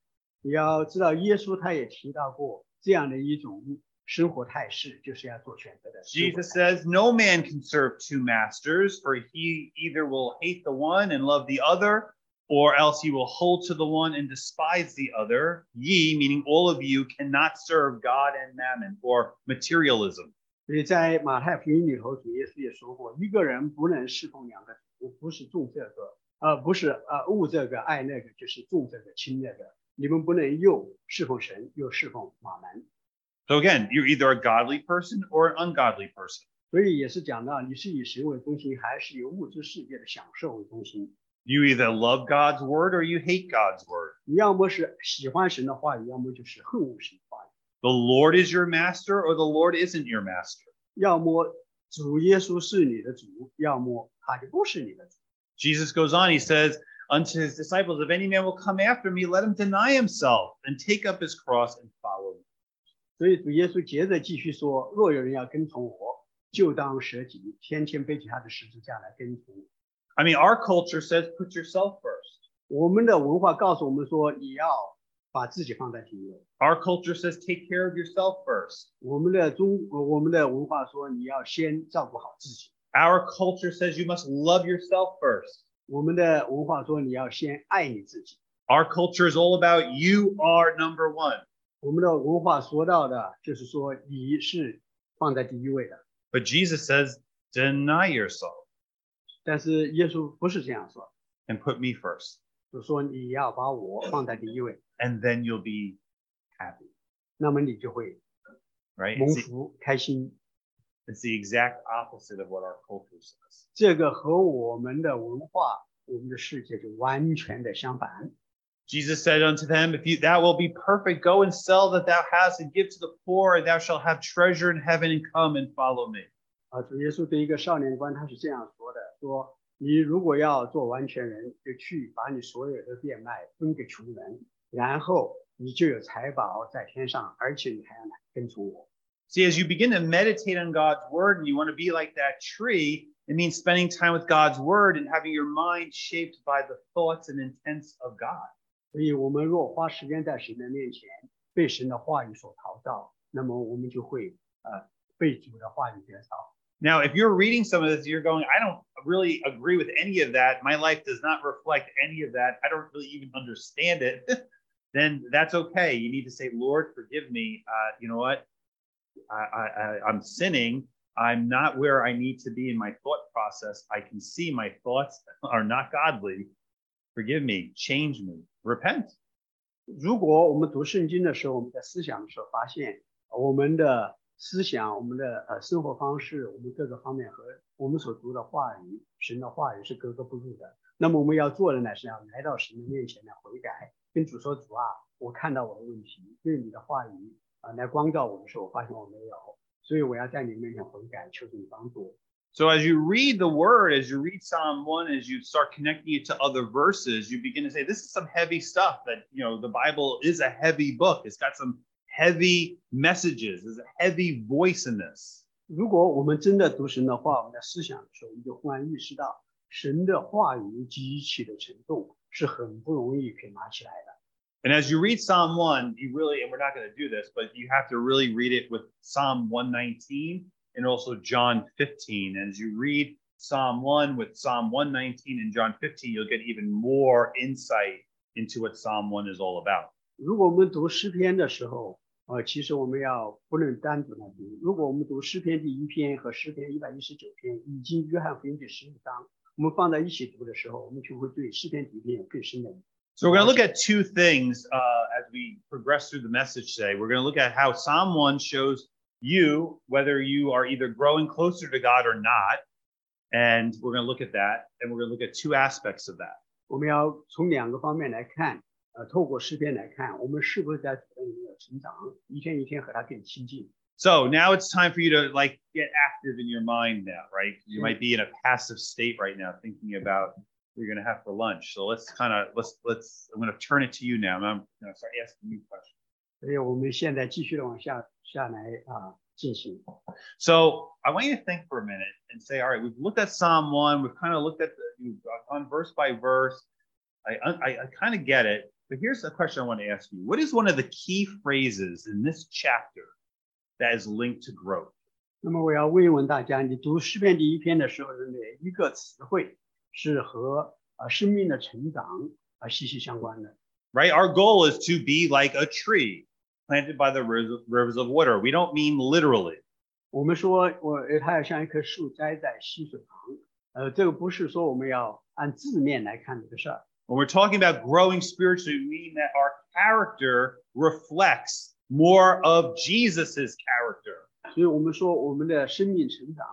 S2: 你要知道，耶稣他也提到过这样的一种生活态势，就是要做选择的生活态
S1: Jesus
S2: 势。
S1: says, No man can serve two masters, for he either will hate the one and love the other, or else he will hold to the one and despise the other. Ye, meaning all of you, cannot serve God and mammon or materialism.
S2: 所以在马太福音里头，主耶稣也说过，一个人不能侍奉两个主，不是重这个，呃，不是呃恶这个爱那个，就是重这个轻那个。你们不能又侍奉神，又侍奉马门。
S1: So again, you're either a godly person or an ungodly person.
S2: 所以也是讲到，你是以神为中心，还是以物质世界的享受为中心？
S1: You either love God's word or you hate God's word.
S2: 你要么是喜欢神的话语，要么就是恨恶神的话语，
S1: The Lord is your master or the Lord isn't your master.
S2: 要么主耶稣是你的主，要么他就不是你的主。
S1: Jesus goes on, he says, Unto his disciples, if any man will come after me, let him deny himself and take up his cross and follow me.
S2: 所以主耶稣接着继续说：“若有人要跟从我，就当舍己，天天背起他的十字架来跟从我。
S1: I mean, our culture says put yourself first. ”
S2: 我们的文化告诉我们说，你要把自己放在第一位。
S1: Our culture says take care of yourself first.
S2: 我们的中，我们的文化说你要先照顾好自己。
S1: Our culture says you must love yourself first.
S2: 我们的文化说你要先爱你自己。
S1: Our culture is all about you are number one.
S2: 我们的文化说到的就是说你是放在第一位的，
S1: But Jesus says, deny yourself
S2: 但是耶稣不是这样说，
S1: and put me first,
S2: 就说你要把我放在第一位，
S1: and then you'll be happy,
S2: 那么你就会
S1: right?
S2: 蒙
S1: It's the,
S2: 福开心。
S1: it's the exact opposite of what our culture says.
S2: 这个和我们的文化、我们的世界就完全的相反。
S1: Jesus said unto them, If you thou wilt be perfect, go and sell that thou hast and give to the poor, and thou shalt have treasure in heaven, and come and follow me.
S2: 啊，主耶稣对一个少年官他是这样说的：说你如果要做完全人，就去把你所有的变卖分给穷人，然后你就有财宝在天上，而且你还要来跟从我。
S1: See, as you begin to meditate on God's word and you want to be like that tree, it means spending time with God's word and having your mind shaped by the thoughts and intents of God.
S2: 所以，我们若花时间在神的面前，被神的话语所陶造，那么我们就会呃被主的话语得着。
S1: Now, if you're reading some of this, you're going, I don't really agree with any of that. My life does not reflect any of that. I don't really even understand it. <laughs> then that's okay. You need to say, Lord, forgive me. Uh, you know what? I, I, I, I'm sinning. I'm not where I need to be in my thought process. I can see my thoughts <laughs> are not godly. Forgive me. Change me. Repent.
S2: 如果我们读圣经的时候，我们在思想的时候发现，呃我们的思想、我们的呃生活方式、我们各个方面和我们所读的话语、神的话语是格格不入的。那么我们要做的呢，是要来到神的面前来悔改，跟主说：“主啊，我看到我的问题，对你的话语啊、呃来光照我的时候，我发现我没有，所以我要在你面前悔改，求主你帮助我。”
S1: So as you read the word, as you read Psalm 1, as you start connecting it to other verses, you begin to say, this is some heavy stuff that, you know, the Bible is a heavy book. It's got some heavy messages. There's a heavy voice in this.
S2: 如果我们真的读神的话，我们在思想的时候，我们就忽然意识到，神的话语极其的沉重，是很不容易可以拿起来的。
S1: And as you read Psalm 1, you really, and we're not going to do this, but you have to really read it with Psalm 119 and also John 15. And as you read Psalm 1 with Psalm 119 and John 15, you'll get even more insight into what Psalm 1 is all about.
S2: 如果我们读诗篇的时候，呃，其实我们要不能单独来读。如果我们读诗篇第一篇和诗篇一百一十九篇，以及约翰福音第十五章，我们放在一起读的时候，我们就会对诗篇第一篇有更深的理解
S1: So we're going to look at two things uh, as we progress through the message today. We're going to look at how Psalm 1 shows you whether you are either growing closer to God or not. And we're going to look at that. And we're going to look at two aspects of that.
S2: 我们要从两个方面来看，呃，透过诗篇来看，我们是不是在主的里面有成长，一天一天和他更亲近。
S1: So now it's time for you to like get active in your mind now, right? You
S2: Yeah.
S1: might be in a passive state right now thinking about what you're going to have for lunch. So let's kind of let's let's I'm going to turn it to you now. And I'm going to start asking you questions.
S2: 所以我们现在继续的往下下来啊进行。
S1: So I want you to think for a minute and say, all right, we've looked at Psalm one, we've kind of looked at the, we've gone verse by verse. I, I, I kind of get it, but here's the question I want to ask you: What is one of the key phrases in this chapter that is linked to growth?
S2: 那么我要问问大家，你读诗篇第一篇的时候的哪一个词汇是和啊生命的成长啊息息相关的？
S1: Right? Our goal is to be like a tree planted by the rivers- rivers of water. We don't mean literally.
S2: 我们说我呃它要像一棵树栽在溪水旁，呃，这个不是说我们要按字面来看这个事儿。
S1: When we're talking about growing spiritually, we mean that our character reflects more of Jesus's character.
S2: 所以我们说我们的生命成长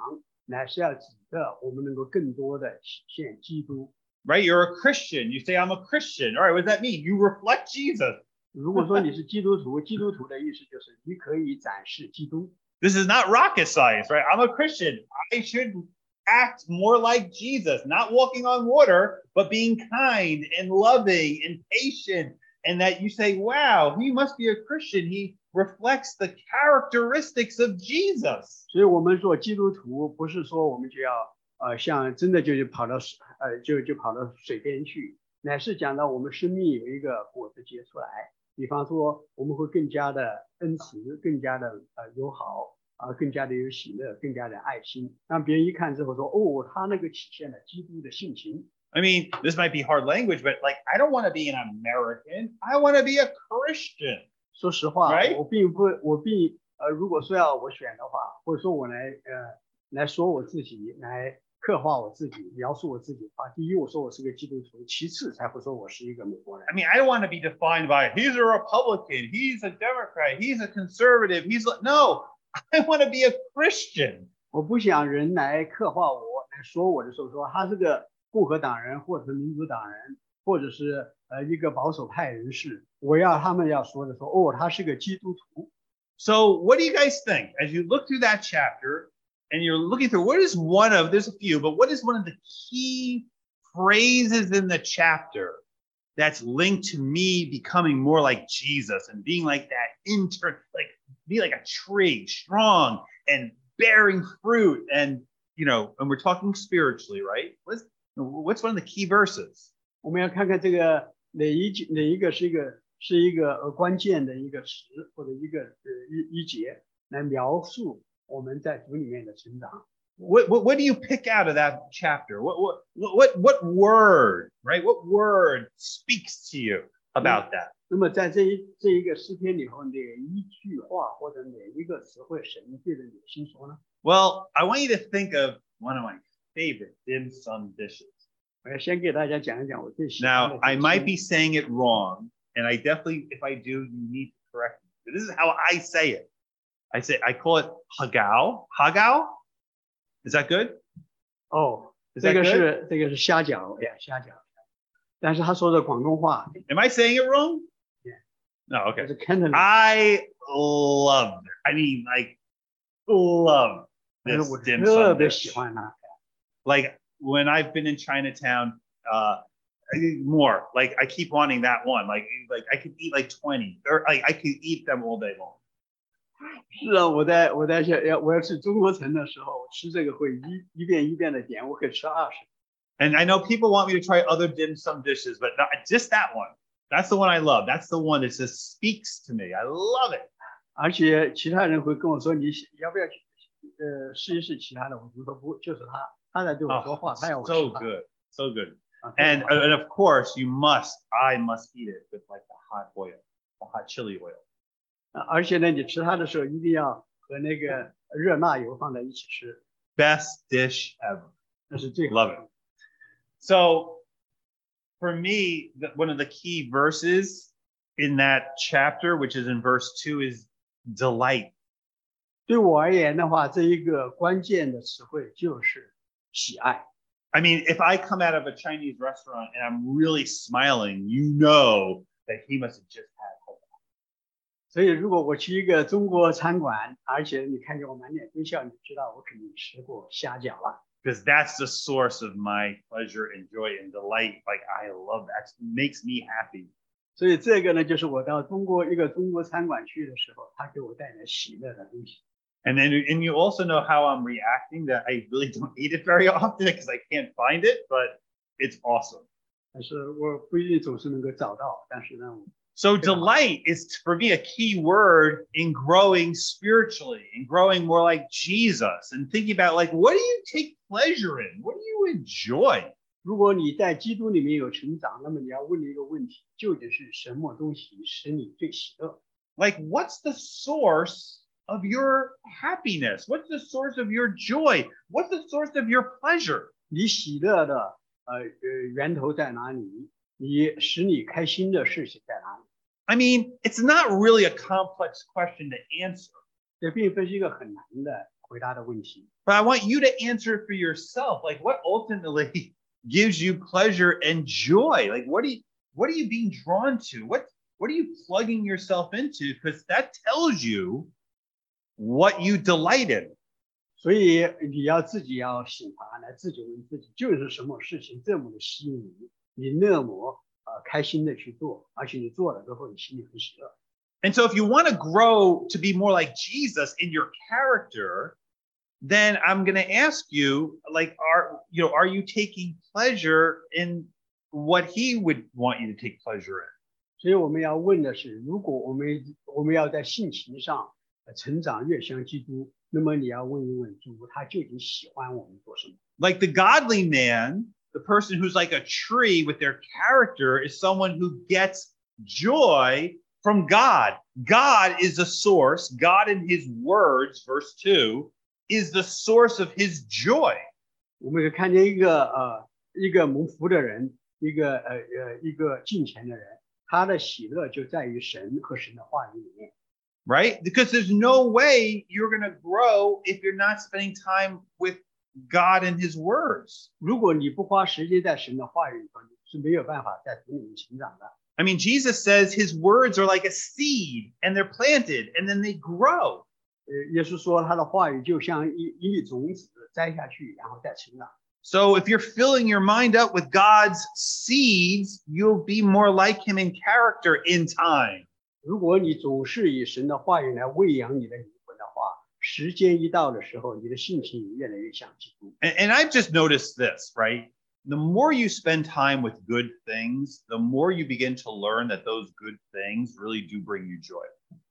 S2: 乃是要指着我们能够更多的体现基督
S1: right? You're a Christian. You say, I'm a Christian. All right, what does that mean? You reflect Jesus.
S2: 如果说你是基督徒， <laughs> 基督徒的意思就是你可以展示基督。
S1: This is not rocket science, right? I'm a Christian. I should act more like Jesus, not walking on water, but being kind and loving and patient. And that you say, wow, he must be a Christian. He reflects the characteristics of Jesus.
S2: 所以我们做基督徒，不是说我们就要呃像真的就是跑到水呃就就跑到水边去，乃是讲到我们生命有一个果子结出来。比方说，我们会更加的恩慈，更加的呃友好啊、更加的有喜乐，更加的爱心，让别人一看之后说，哦，他那个体现了基督的性情。
S1: I mean, this might be hard language, but like, I don't want to be an American. I want to be a Christian.
S2: 说实话
S1: Right?
S2: 我并不，我并呃，如果说要我选的话，或者说我来呃来说我自己，来刻画我自己，描述我自己的话，第一，我说我是个基督徒，其次才会说我是一个美国人
S1: I。mean, I don't want to be defined by he's a Republican, he's a Democrat, he's a conservative, he's a, no, <laughs> I want to be a Christian.
S2: 我不想人来刻画我，来说我的时候说他是个共和党人，或者是民主党人，或者是呃一个保守派人士。我要他们要说的说，哦，他是个基督徒。
S1: So, what do you guys think as you look through that chapter and you're looking through what is one of there's a few, but what is one of the key phrases in the chapter that's linked to me becoming more like Jesus and being like that inter like be like a tree, strong and bearing fruit and you know, and we're talking spiritually, right? What's what's one of the key verses?
S2: 我们要看看这个哪一句哪一个是一个是一个呃关键的一个词或者一个呃一一节来描述我们在主里面的成长。
S1: What, what, what do you pick out of that chapter? What, what, what, what, what word, right? What word speaks to you about that?
S2: 那么在这一这一个诗篇里头，哪一句话或者哪一个词汇，神对着你的心说呢？
S1: Well, I want you to think of one of my favorite dim sum dishes.
S2: 我要先给大家讲一讲我最喜欢的
S1: Now, I
S2: 点
S1: might
S2: 心
S1: be saying it wrong, and I definitely, if I do, you need to correct me. But This is how I say it. I say, I call it hagao. Hagao? Is that good?
S2: 哦，
S1: Is
S2: 这
S1: that
S2: 个
S1: good?
S2: 是这个是虾饺，哎呀虾饺，但是他说的广东话
S1: Am I saying it wrong?
S2: Yeah.
S1: No, okay.
S2: 就是
S1: Ah,
S2: Canton，
S1: I love, I mean, like, love
S2: 但
S1: this
S2: 是我
S1: dim
S2: 特
S1: sum
S2: 别
S1: dish.
S2: 喜欢它。
S1: Like, when I've been in Chinatown, uh, more like I keep wanting that one. Like, like I could eat like 20 or like I could eat them all day long.
S2: 是啊，我在我在想要我要去中国城的时候，我吃这个会一一遍一遍的点，我可以吃二十。
S1: And I know people want me to try other dim sum dishes, but not, just that one. That's the one I love. That's the one that just speaks to me. I love it.
S2: 而且其他人会跟我说你喜要不要去呃试一试其他的，我就说不，就是他，他在对我说
S1: Oh,
S2: 话，他要我吃
S1: so
S2: 饭
S1: good. So good.
S2: 啊对
S1: And, 呃 and of course, you must, I must eat it with like the hot oil, the hot chili oil.
S2: 啊而且呢，你吃它的时候一定要和那个热辣油放在一起吃，
S1: Best dish ever.
S2: 那是最好
S1: Love it.
S2: 的。
S1: So for me, the, one of the key verses in that chapter, which is in verse two, is delight.
S2: 对我而言的话，这一个关键的词汇就是喜爱。
S1: I mean, if I come out of a Chinese restaurant and I'm really smiling, you know that he must have just had hope.
S2: 所以，如果我去一个中国餐馆，而且你看见我满脸微笑，你知道我肯定吃过虾饺了。
S1: because that's the source of my pleasure and joy and delight. Like I love that makes me happy.
S2: 所以这个呢，就是我到中国一个中国餐馆去的时候，它给我带来喜乐的东西。
S1: And then and you also know how I'm reacting that I really don't eat it very <laughs> often because I can't find it, but it's awesome.
S2: 但是我不一定总是能够找到，但是呢，我
S1: So delight is for me a key word in growing spiritually and growing more like Jesus and thinking about like what do you take pleasure in? What do you enjoy?
S2: 如果你在基督里面有成长，那么你要问一个问题：究竟是什么东西使你最喜乐？
S1: Like what's the source of your happiness? What's the source of your joy? What's the source of your pleasure?
S2: 你喜乐的呃呃源头在哪里？你使你开心的事情在哪里？
S1: I mean, it's not really a complex question to answer,
S2: 这并非是一个很难的回答的问题。
S1: but I want you to answer for yourself. Like, what ultimately <laughs> gives you pleasure and joy? Like what do you what are you being drawn to? What what are you plugging yourself into? Because that tells you what you delight in.
S2: 所以你要自己要醒察来，自己问自己，就是什么事情这么的吸引你，你那么呃开心的去做，而且你做了之后，你心里很喜乐。
S1: And so, if you want to grow to be more like Jesus in your character, then I'm going to ask you, like, are you know, are you taking pleasure in what He would want you to take pleasure in?
S2: 所以我们要问的是，如果我们我们要在性情上呃成长，越像基督，那么你要问一问主，他究竟喜欢我们做什么？
S1: Like the godly man, the person who's like a tree with their character is someone who gets joy from God. God is the source. God, in His words, verse two, is the source of His joy.
S2: 我们可以看见一个呃一个蒙福的人，一个呃呃一个敬虔的人，他的喜乐就在于神和神的话语里面。
S1: right? Because there's no way you're going to grow if you're not spending time with God and His words.
S2: 如果你不花时间在神的话语里头，你是没有办法在主里面成长的。
S1: I mean, Jesus says His words are like a seed and they're planted and then they grow.
S2: 呃，耶稣说他的话语就像一一粒种子栽下去，然后再成长。
S1: So if you're filling your mind up with God's seeds, you'll be more like Him in character in time.
S2: 如果你总是以神的话语来喂养你的灵魂的话，时间一到的时候，你的性情也越来越像基督。
S1: And, and I've just noticed this, right? The more you spend time with good things, the more you begin to learn that those good things really do bring you joy.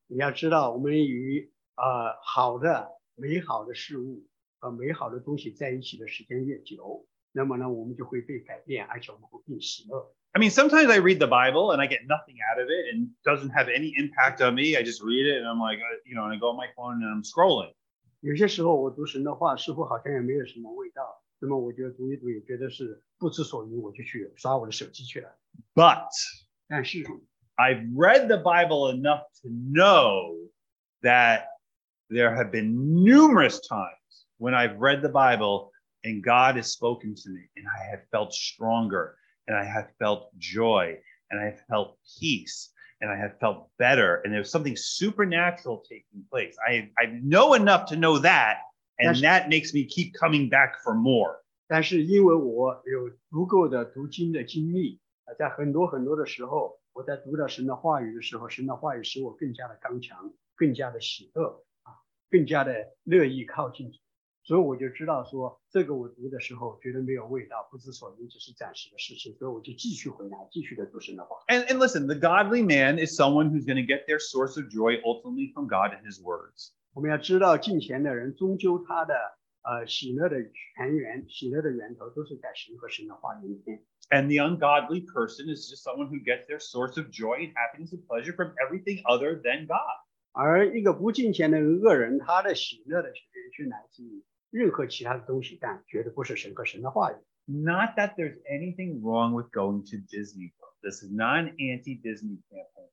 S2: 你要知道，我们与呃好的、美好的事物和美好的东西在一起的时间越久，那么呢，我们就会被改变，而且我们会更喜乐。
S1: I mean, sometimes I read the Bible and I get nothing out of it and doesn't have any impact on me. I just read it and I'm like, uh, you know, and I go on my phone and I'm scrolling.
S2: 有些时候我读神的话，似乎好像也没有什么味道，那么我就读一读，也觉得是不知所云，我就去刷我的手机去了。
S1: But
S2: 但是
S1: I've read the Bible enough to know that there have been numerous times when I've read the Bible and God has spoken to me and I have felt stronger and I have felt joy and I have felt peace and I have felt better. And there's something supernatural taking place. I, I know enough to know that. And
S2: That's-
S1: that makes me keep coming back for more.
S2: 但是因为我有足够的读经的经历，呃在很多很多的时候，我在读到神的话语的时候，神的话语使我更加的刚强，更加的喜乐啊，更加的乐意靠近主。所以我就知道说，这个我读的时候觉得没有味道，不知所云，只是暂时的事情，所以我就继续回来，继续的读神的话。
S1: And, and listen, the godly man is someone who's going to get their source of joy ultimately from God and his words.
S2: 我们要知道，敬虔的人终究他的呃喜乐的泉源、喜乐的源头都是在神和神的话语里面。
S1: And the ungodly person is just someone who gets their source of joy and happiness and pleasure from everything other than God.
S2: 而一个不敬虔的恶人，他的喜乐的泉源是来自于任何其他的东西，但绝对不是神和神的话语。
S1: Not that there's anything wrong with going to Disney World. This is not an anti Disney campaign.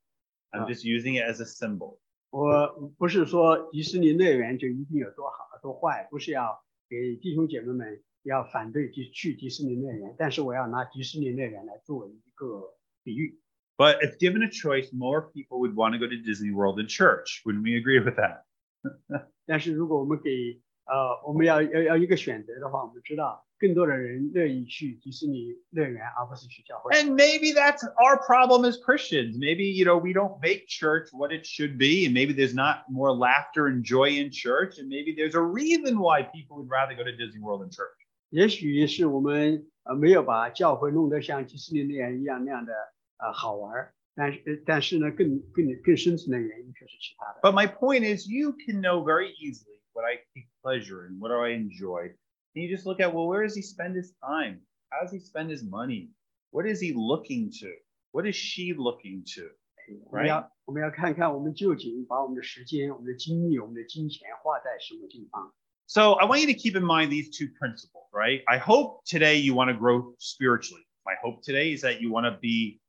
S1: I'm
S2: Ah.
S1: just using it as a symbol.
S2: 我不是说迪士尼乐园就一定有多好多坏，不是要给弟兄姐妹们要反对去去迪士尼乐园，但是我要拿迪士尼乐园来作为一个比喻。
S1: But if given a choice, more people would want to go to Disney World than church. Wouldn't we agree with that?
S2: 但是如果我们给呃，我们要要要一个选择的话，我们知道更多的人乐意去迪士尼乐园，而不是去教会。
S1: And maybe that's our problem as Christians. Maybe, you know, we don't make church what it should be. And maybe there's not more laughter and joy in church. And maybe there's a reason why people would rather go to Disney World than church.
S2: 也许是我们呃没有把教会弄得像迪士尼乐园一样那样的呃好玩儿，但是呃但是呢，更更更深层的原因却是其他的。
S1: But my point is, you can know very easily what I take pleasure in, what do I enjoy. And you just look at, well, where does he spend his time? How does he spend his money? What is he looking to? What is she looking to?
S2: 我们要我们要看看我们究竟把我们的时间、我们的精力、我们的金钱花在什么地方。
S1: So I want you to keep in mind these two principles, right? I hope today you want to grow spiritually. My hope today is that you want to be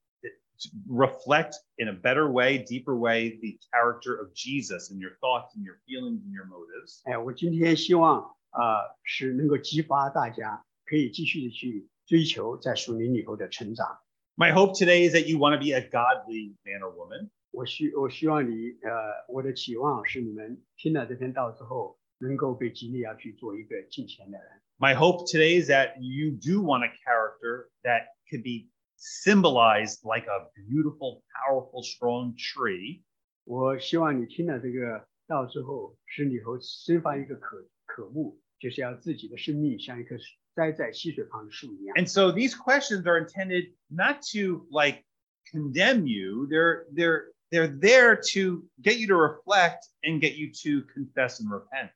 S1: to reflect in a better way, deeper way, the character of Jesus in your thoughts and your feelings and your motives.
S2: 哎，我今天希望呃是能够激发大家可以继续的去追求在属灵里头的成长。
S1: My hope today is that you want to be a godly man or woman.
S2: 我希我希望你呃，我的期望是你们听了这篇道之后，能够被激励要去做一个敬虔的人。
S1: My hope today is that you do want a character that could be symbolized like a beautiful, powerful, strong tree
S2: 我希望你听了这个道之后，使你和生发一个渴渴慕，就是要自己的生命像一棵栽在溪水旁的树一样。
S1: And so these questions are intended not to like condemn you. They're they're they're there to get you to reflect and get you to confess and repent.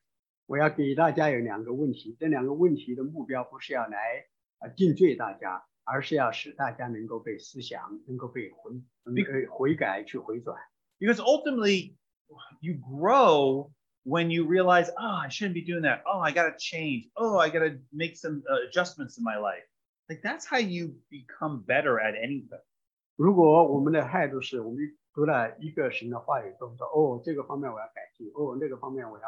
S2: 我要给大家有两个问题，这两个问题的目标不是要来啊定罪大家，而是要使大家能够被思想，能够被悔，能够悔改去回转。
S1: Because ultimately you grow when you realize, oh, I shouldn't be doing that. Oh, I gotta change. Oh, I gotta make some uh, adjustments in my life. Like that's how you become better at anything.
S2: 如果我们的态度是我们读了一个神的话语，都说哦这个方面我要改进，哦那个方面我要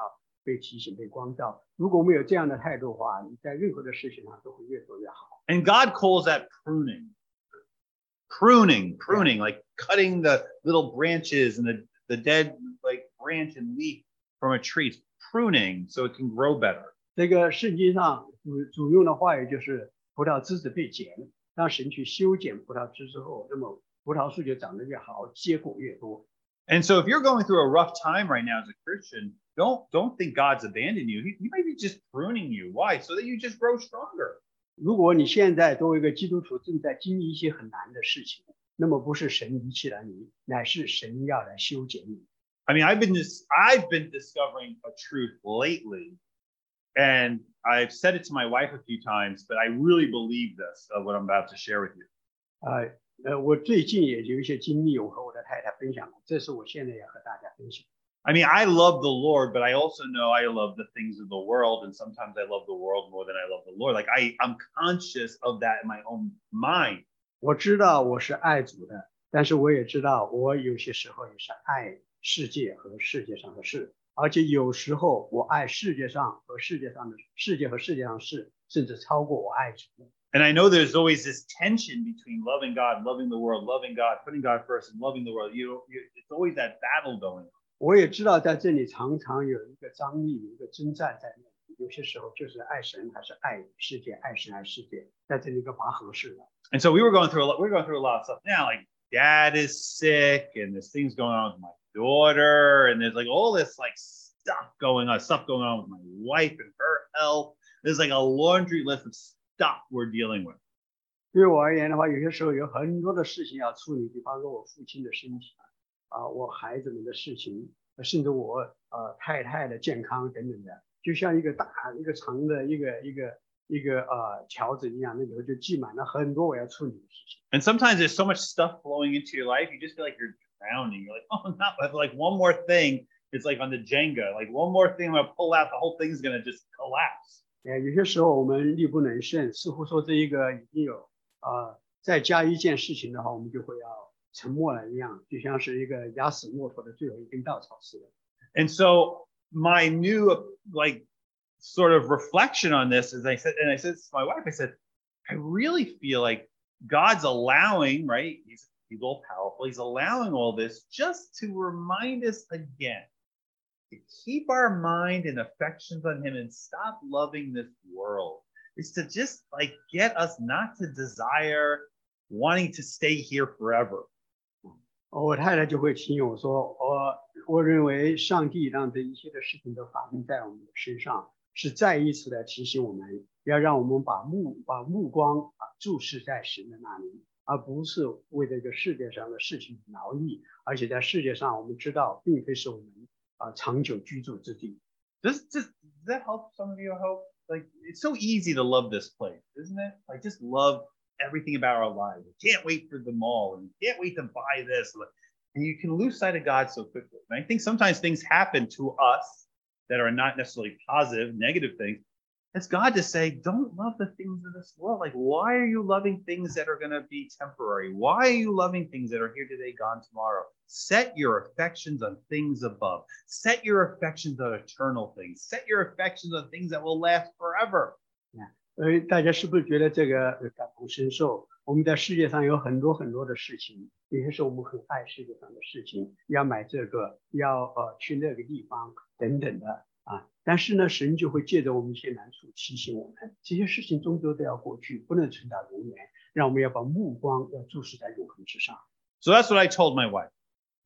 S2: 被提醒、被光照。如果我们有这样的态度的话，你在任何的事情上都会越做越好。
S1: And God calls that pruning. Pruning, pruning, like cutting the little branches and the, the dead like branch and leaf from a tree. It's pruning so it can grow better.
S2: 这个圣经上主主用的话语就是葡萄枝子被剪，让神去修剪葡萄枝之后，那么葡萄树就长得越好，结果越多。
S1: And so if you're going through a rough time right now as a Christian, don't don't think God's abandoned you. He, he might be just pruning you. Why? So that you just grow stronger.
S2: 如果你现在作为一个基督徒正在经历一些很难的事情，那么不是神遗弃了你，乃是神要来修剪你。
S1: I mean, I've been dis- I've been discovering a truth lately, and I've said it to my wife a few times, but I really believe this of what I'm about to share with you.
S2: 呃呃，我最近也有一些经历，我和我的太太分享过，这是我现在要和大家分享。
S1: I mean, I love the Lord, but I also know I love the things of the world, and sometimes I love the world more than I love the Lord. Like I, I'm conscious of that in my own mind.
S2: 我知道我是爱主的，但是我也知道我有些时候也是爱世界和世界上的事，而且有时候我爱世界上和世界上的世界和世界上的事，甚至超过我爱主。
S1: And I know there's always this tension between loving God, loving the world, loving God, putting God first, and loving the world. You, know, you it's always that battle going on.
S2: 我也知道在这里常常有一个张力，有一个征战在那里，有些时候就是爱神还是爱世界，爱神爱世界，在这里一个拔河式的。
S1: And so we were going through a lot. We we're going through a lot of stuff now. Like dad is sick, and there's things going on with my daughter, and there's like all this like stuff going on, stuff going on with my wife and her health. There's like a laundry list of stuff we're dealing with.
S2: 对我而言的话，有些时候有很多的事情要处理，比方说我父亲的身体，啊，我孩子们的事情，甚至我呃太太的健康等等的，就像一个大一个长的一个一个一个呃条子一样，那里头就记满了很多我要处理的事情。
S1: And sometimes there's so much stuff flowing into your life, you just feel like you're drowning. You're like, <laughs> oh, not but like one more thing. It's like on the Jenga, like one more thing I'm gonna pull out, the whole thing's gonna just collapse.
S2: 呃，有些时候我们力不能胜，似乎说这一个已经有呃再加一件事情的话，我们就会要沉默了一样，就像是一个压死骆驼的最后一根稻草似的。
S1: And so my new like sort of reflection on this is I said, and I said this to my wife, I said, I really feel like God's allowing, right? He's he's all powerful, he's allowing all this just to remind us again to keep our mind and affections on him and stop loving this world. It's to just like get us not to desire wanting to stay here forever.
S2: 我太太就会提醒我说，我我认为上帝让这一切的事情都发生在我们的身上，是再一次的提醒我们，要让我们把目把目光啊注视在神的那里，而不是为这个世界上的事情劳役。而且在世界上，我们知道并非是我们啊长久居住之地。
S1: Does, does, does that help some of you? I hope. Like, it's so easy to love this place, isn't it? Like, just love everything about our lives. We can't wait for the mall and we can't wait to buy this. Like, And you can lose sight of God so quickly. And I think sometimes things happen to us that are not necessarily positive, negative things. It's God to say, don't love the things of this world. Like, why are you loving things that are going to be temporary? Why are you loving things that are here today, gone tomorrow? Set your affections on things above. Set your affections on eternal things. Set your affections on things that will last forever.
S2: 呃呃，大家是不是觉得这个呃感同身受？我们在世界上有很多很多的事情，有些时候我们很爱世界上的事情，要买这个，要呃去那个地方等等的啊。但是呢，神就会借着我们一些难处提醒我们，这些事情终究都要过去，不能存到永远。让我们要把目光要注视在永恒之上。
S1: So that's what I told my wife.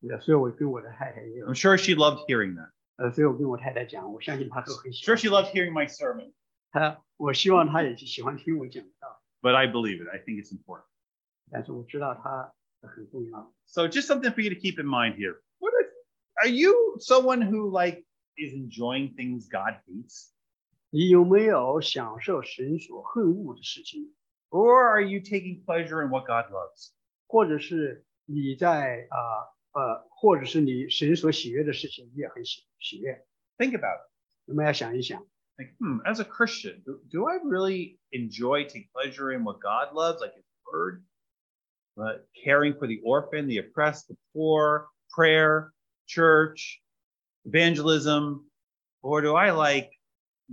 S2: 呃所以我跟我的太太也有
S1: I'm，sure she loved hearing that.
S2: 呃，所以我跟我太太讲，我相信她都很
S1: I'm
S2: 喜
S1: sure
S2: 欢。
S1: she loved hearing my sermon,
S2: 她，我希望她也是喜欢听我讲道，
S1: but I believe it. I think it's important.
S2: 但是我知道她很重要。
S1: So just something for you to keep in mind here. What if, are you someone who like is enjoying things God hates?
S2: 你有没有享受神所恨恶的事情，
S1: Or are you taking pleasure in what God loves?
S2: 或者是你在啊呃或者是你神所喜悦的事情，你也很喜喜悦？
S1: Think about it.
S2: 那么要想一想，
S1: Like, hmm, as a Christian, do, do I really enjoy taking pleasure in what God loves, like His Word, but caring for the orphan, the oppressed, the poor, prayer, church, evangelism, or do I like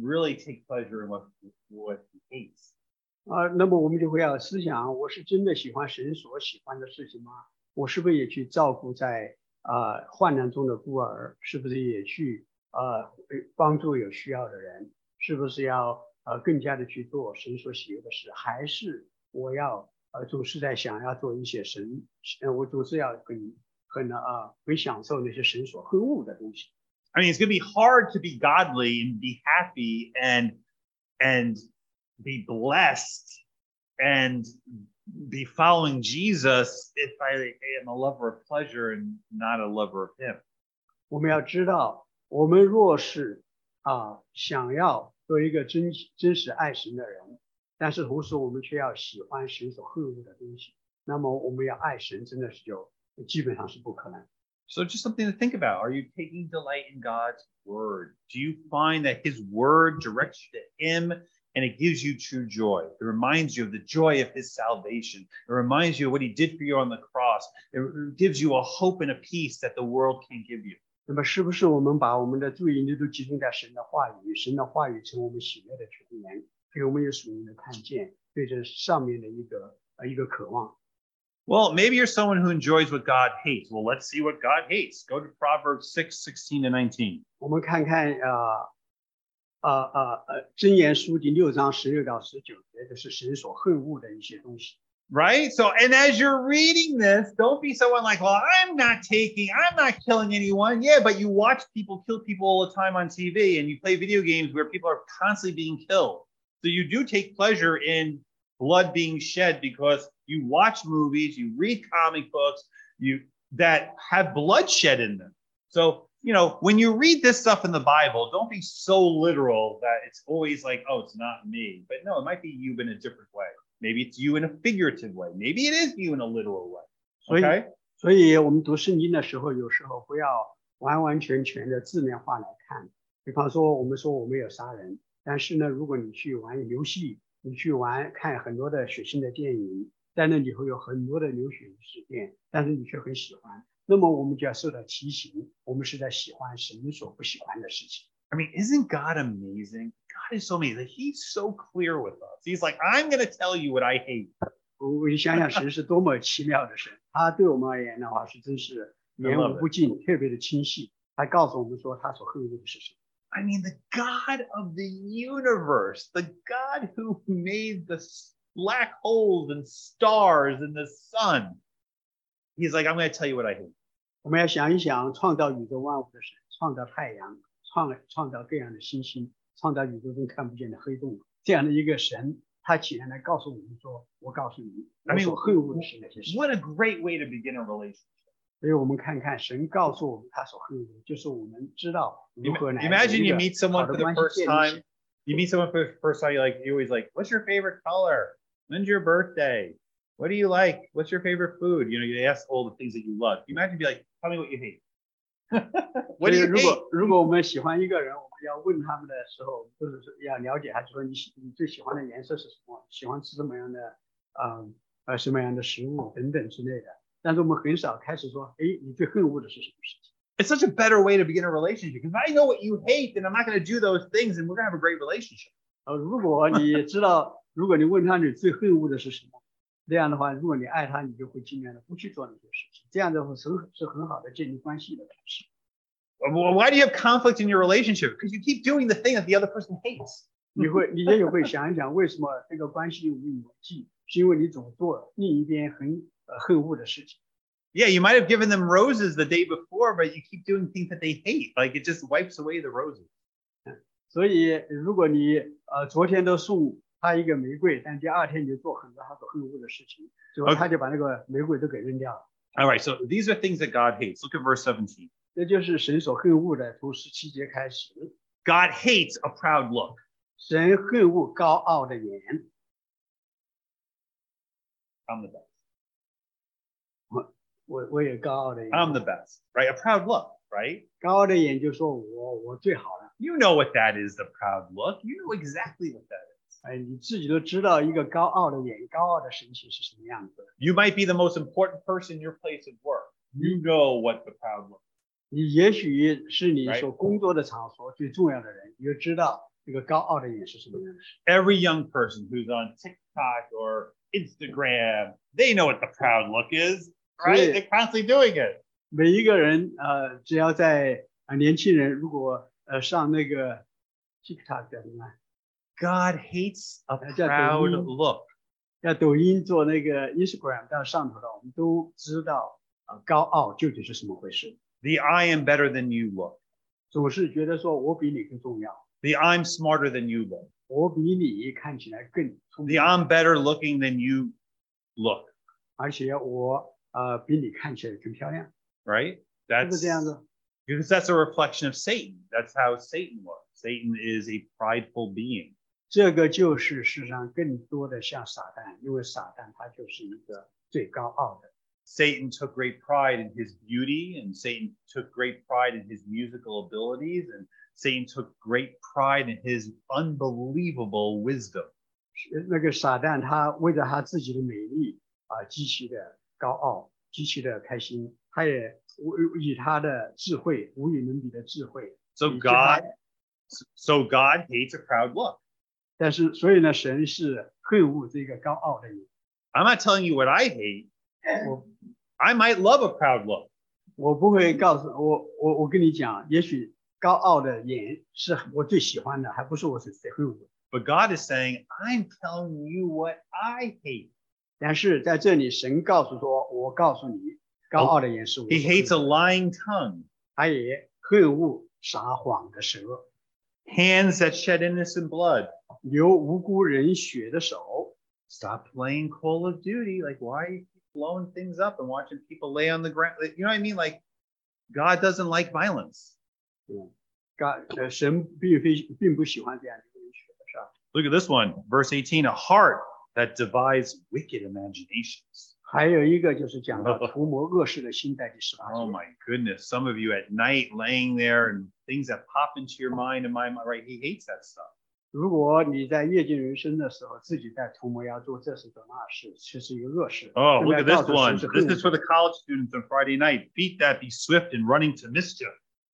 S1: really take pleasure in what what He hates?
S2: 啊，那么我们就会要思想：我是真的喜欢神所喜欢的事情吗？我是不是也去照顾在啊、患难中的孤儿？是不是也去啊、帮助有需要的人？是不是要呃更加的去做神所喜悦的事？还是我要呃总是在想要做一些神，呃我总是要很很啊、很享受那些神所恨恶的东西。
S1: I mean, it's going to be hard to be godly and be happy and and be blessed and be following Jesus if I am a lover of pleasure and not a lover of Him.
S2: 我们要知道，我们若是啊想要做一个真真实爱神的人，但是同时我们却要喜欢神所恨恶的东西，那么我们要爱神真的是就基本上是不可能。
S1: So just something to think about. Are you taking delight in God's word? Do you find that His word directs you to Him and it gives you true joy? It reminds you of the joy of His salvation. It reminds you of what He did for you on the cross. It gives you a hope and a peace that the world can't give you.
S2: 那么是不是我们把我们的注意力都集中在神的话语，神的话语成为我们喜悦的泉源，给我们有属灵的看见，对这上面的一个呃一个渴望？
S1: Well, maybe you're someone who enjoys what God hates. Well, let's see what God hates. Go to Proverbs 6, 16 to 19.
S2: 我们看看啊啊啊呃，箴言书第六章十六到十九节，就是神所恨恶的一些东西。
S1: Right? So, and as you're reading this, don't be someone like, well, I'm not taking, I'm not killing anyone. Yeah, but you watch people kill people all the time on TV and you play video games where people are constantly being killed. So, you do take pleasure in blood being shed because you watch movies, you read comic books, you that have bloodshed in them. So, you know, when you read this stuff in the Bible, don't be so literal that it's always like, oh, it's not me. But no, it might be you in a different way. Maybe it's you in a figurative way. Maybe it is you in a literal way.
S2: 所以
S1: Okay.
S2: 所以我们读圣经的时候，有时候不要完完全全的字面化来看。比方说，我们说我们有杀人，但是呢，如果你去玩游戏，你去玩看很多的血腥的电影，在那里会有很多的流血事件，但是你却很喜欢，那么我们就要受到提醒，我们是在喜欢神所不喜欢的事情。
S1: I mean, isn't God amazing? God is so amazing. He's so clear with us. He's like, I'm going to tell you what I hate.
S2: 我我一想想神是多么奇妙的神，他对我们而言的话是真是言无不尽，特别的清晰。他告诉我们说他所恨恶的是什么。
S1: I mean, the God of the universe, the God who made the s- black holes and stars and the sun. He's like, I'm going to tell you what I hate.
S2: 我们要想一想，创造宇宙万物的神，创造太阳，创创造各样的星星，创造宇宙中看不见的黑洞，这样的一个神，他起然来告诉我们说：“我告诉你，
S1: I
S2: 我
S1: mean,
S2: 所恨恶的是哪些事。
S1: What a great way to begin a relationship. ”
S2: 所以，我们看看神告诉我们他所恨恶的，就是我们知道如何来
S1: Imagine
S2: 有一
S1: you
S2: 个
S1: meet
S2: 好
S1: someone
S2: 的
S1: for the
S2: 关系
S1: first
S2: 建立起
S1: time.
S2: 来。
S1: You meet someone for the first time. You like you always like, what's your favorite color? When's your birthday? What do you like? What's your favorite food? You know, you ask all the things that you love. You imagine be like, tell me what you hate. <laughs> what
S2: 所
S1: do
S2: 以
S1: you
S2: 如
S1: hate?
S2: 果如果我们喜欢一个人，我们要问他们的时候，不是说要了解他，就说你喜你最喜欢的颜色是什么，喜欢吃什么样的，嗯呃什么样的食物等等之类的。但是我们很少开始说，哎，你最恨恶的是什么事情？
S1: It's such a better way to begin a relationship because if I know what you hate, then I'm not going to do those things, and we're going to have a great relationship.
S2: 呃，如果你知道，如果你问他你最恨恶的是什么，那样的话，如果你爱他，你就会尽量的不去做那些事情。这样的话是很是很好的建立关系的开始。
S1: Wh- Why do you have conflict in your relationship? Because you keep doing the thing that the other person hates.
S2: 你会，你也有会想一想，为什么这个关系无以为继，是因为你总做另一边很呃恨恶的事情。
S1: Yeah, you might have given them roses the day before, but you keep doing things that they hate. Like it just wipes away the roses.
S2: 所以，如果你呃昨天都送他一个玫瑰，但第二天你就做很多他所恨恶的事情，最后
S1: OK
S2: 他就把那个玫瑰都给扔掉了。
S1: All right, so these are things that God hates. Look at verse 17.
S2: 这就是神所恨恶的，从十七节开始，
S1: God hates a proud look.
S2: 神恨恶高傲的言。
S1: I'm the best.
S2: 我我也高傲的言，
S1: I'm the best, right? A proud look, right?
S2: 高傲的眼就说我我最好了。
S1: You know what that is, the proud look. You know exactly what that is.
S2: 哎，你自己都知道一个高傲的眼、高傲的神情是什么样子的。
S1: You might be the most important person in your place of work. You know what the proud look.
S2: 你也许是你
S1: Right.
S2: 所工作的场所最重要的人，你就知道这个高傲的眼是什么样的。
S1: Every young person who's on TikTok or Instagram, they know what the proud look is, right?
S2: Yeah.
S1: They're constantly doing it.
S2: 每一个人呃，只要在呃年轻人如果呃上那个 TikTok 叫什么，啊
S1: God hates a
S2: That's a
S1: proud
S2: good-
S1: look.
S2: 要抖音做那个 Instagram 到上头了，我们都知道呃高傲究竟是什么回事，
S1: The I am better than you look.
S2: 总是觉得说我比你更重要，
S1: The I'm smarter than you look.
S2: 我比你看起来更聪
S1: The
S2: 明，
S1: I'm better looking than you look,
S2: 而且我呃比你看起来更漂亮，
S1: right?
S2: 是不是
S1: That's
S2: 这样子？
S1: because that's a reflection of Satan. That's how Satan looks. Satan is a prideful being.
S2: 这个就是世上更多的像撒旦，因为撒旦他就是一个最高傲的。
S1: Satan took great pride in his beauty, and Satan took great pride in his musical abilities, and Satan took great pride in his unbelievable wisdom.
S2: 是呃那个撒旦他为了他自己的美丽啊、极其的高傲，极其的开心，他也无以他的智慧无与伦比的智慧，
S1: So
S2: 以及他
S1: God, so God hates a proud look.
S2: 但是所以呢，神是恨恶这个高傲的人。
S1: I'm not telling you what I hate.
S2: 我
S1: I might love a proud look.
S2: 我不会告诉我我我跟你讲，也许高傲的眼是我最喜欢的，还不是我最最恨恶的。
S1: But God is saying, I'm telling you what I hate.
S2: 但是在这里，神告诉说，我告诉你，高傲的眼是我所
S1: He
S2: 恨恶的。
S1: hates a lying tongue,
S2: 他也恨恶撒谎的舌。
S1: hands that shed innocent blood.
S2: 流无辜人血的手，
S1: Stop playing Call of Duty. Like, why are you keep blowing things up and watching people lay on the ground? Like, You know what I mean? Like, God doesn't like violence.
S2: God，呃，神并非并不喜欢这样流人血的事儿。
S1: Look at this one, verse 18 a heart that devises wicked imaginations.
S2: 还有一个就是讲到图谋恶事的心在第十八
S1: Oh
S2: 节。
S1: my goodness. Some of you at night laying there and things that pop into your mind and my mind, right? He hates that stuff.
S2: 如果你在夜尽人生的时候，自己在图谋要做这事做那事，这是一个恶事。
S1: Oh,
S2: 正
S1: look
S2: 在
S1: at this
S2: 告诉神
S1: one.
S2: 是恨
S1: This
S2: 恶
S1: is for the college students on Friday night. Beat that, be swift and running to mischief.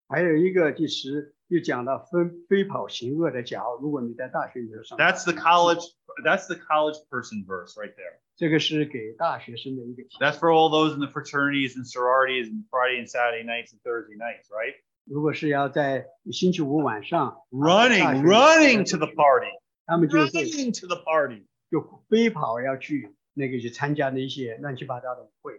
S2: 还有一个第十又讲到分飞跑行恶的脚。如果你在大学里头上班
S1: That's the college. That's the college person verse right there.
S2: 这个是给大学生的一个提醒。
S1: That's for all those in the fraternities and sororities and Friday and Saturday nights and Thursday nights, right?
S2: 如果是要在星期五晚上
S1: Running, running to the party,
S2: 他们就会
S1: running to the party.
S2: 就飞跑要去那个去参加的一些乱七八糟的舞会。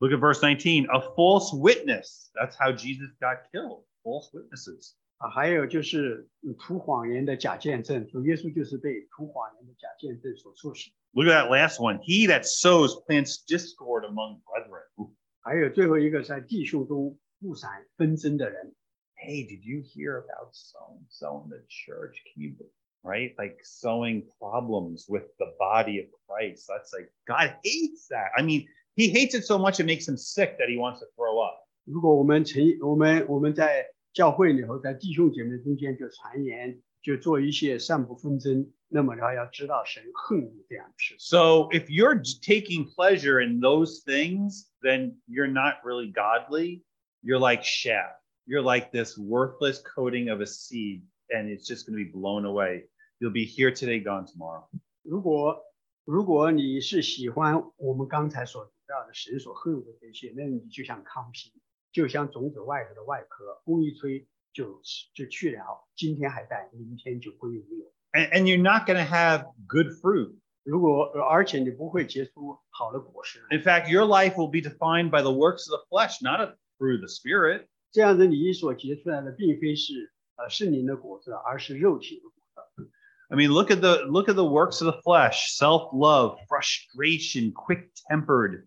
S1: Look at verse 19. A false witness. That's how Jesus got killed. False witnesses.
S2: 啊，还有就是嗯吐谎言的假见证，主耶稣就是被吐谎言的假见证所促使。
S1: Look at that last one. He that sows plants discord among brethren. Ooh.
S2: 还有最后一个在弟兄中互闪纷争的人，
S1: Hey, did you hear about so and so in the church? Can you, be- right? Like sowing problems with the body of Christ. That's like, God hates that. I mean, he hates it so much it makes him sick that he wants to throw up.
S2: 如果我们成我们我们在教会里头，在弟兄姐妹中间就传言，就做一些散布纷争，那么他要知道神恨恶这样的事情。
S1: So if you're j- taking pleasure in those things, then you're not really godly. You're like chaff. You're like this worthless coating of a seed and it's just going to be blown away. You'll be here today, gone tomorrow.
S2: 如果如果你是喜欢我们刚才所读到的神所恨恶的这些，那你就像糠皮，就像种子外头的外壳，风一吹就就去了，今天还在，明天就归于无有。
S1: And, and you're not going to have good fruit.
S2: 如果而且你不会结出好的果实，
S1: In fact, your life will be defined by the works of the flesh, not of- through the spirit.
S2: 这样子你所结出来的并非是呃圣灵的果子，而是肉体的果子。
S1: I mean, look at the look at the works of the flesh: self-love, frustration, quick-tempered,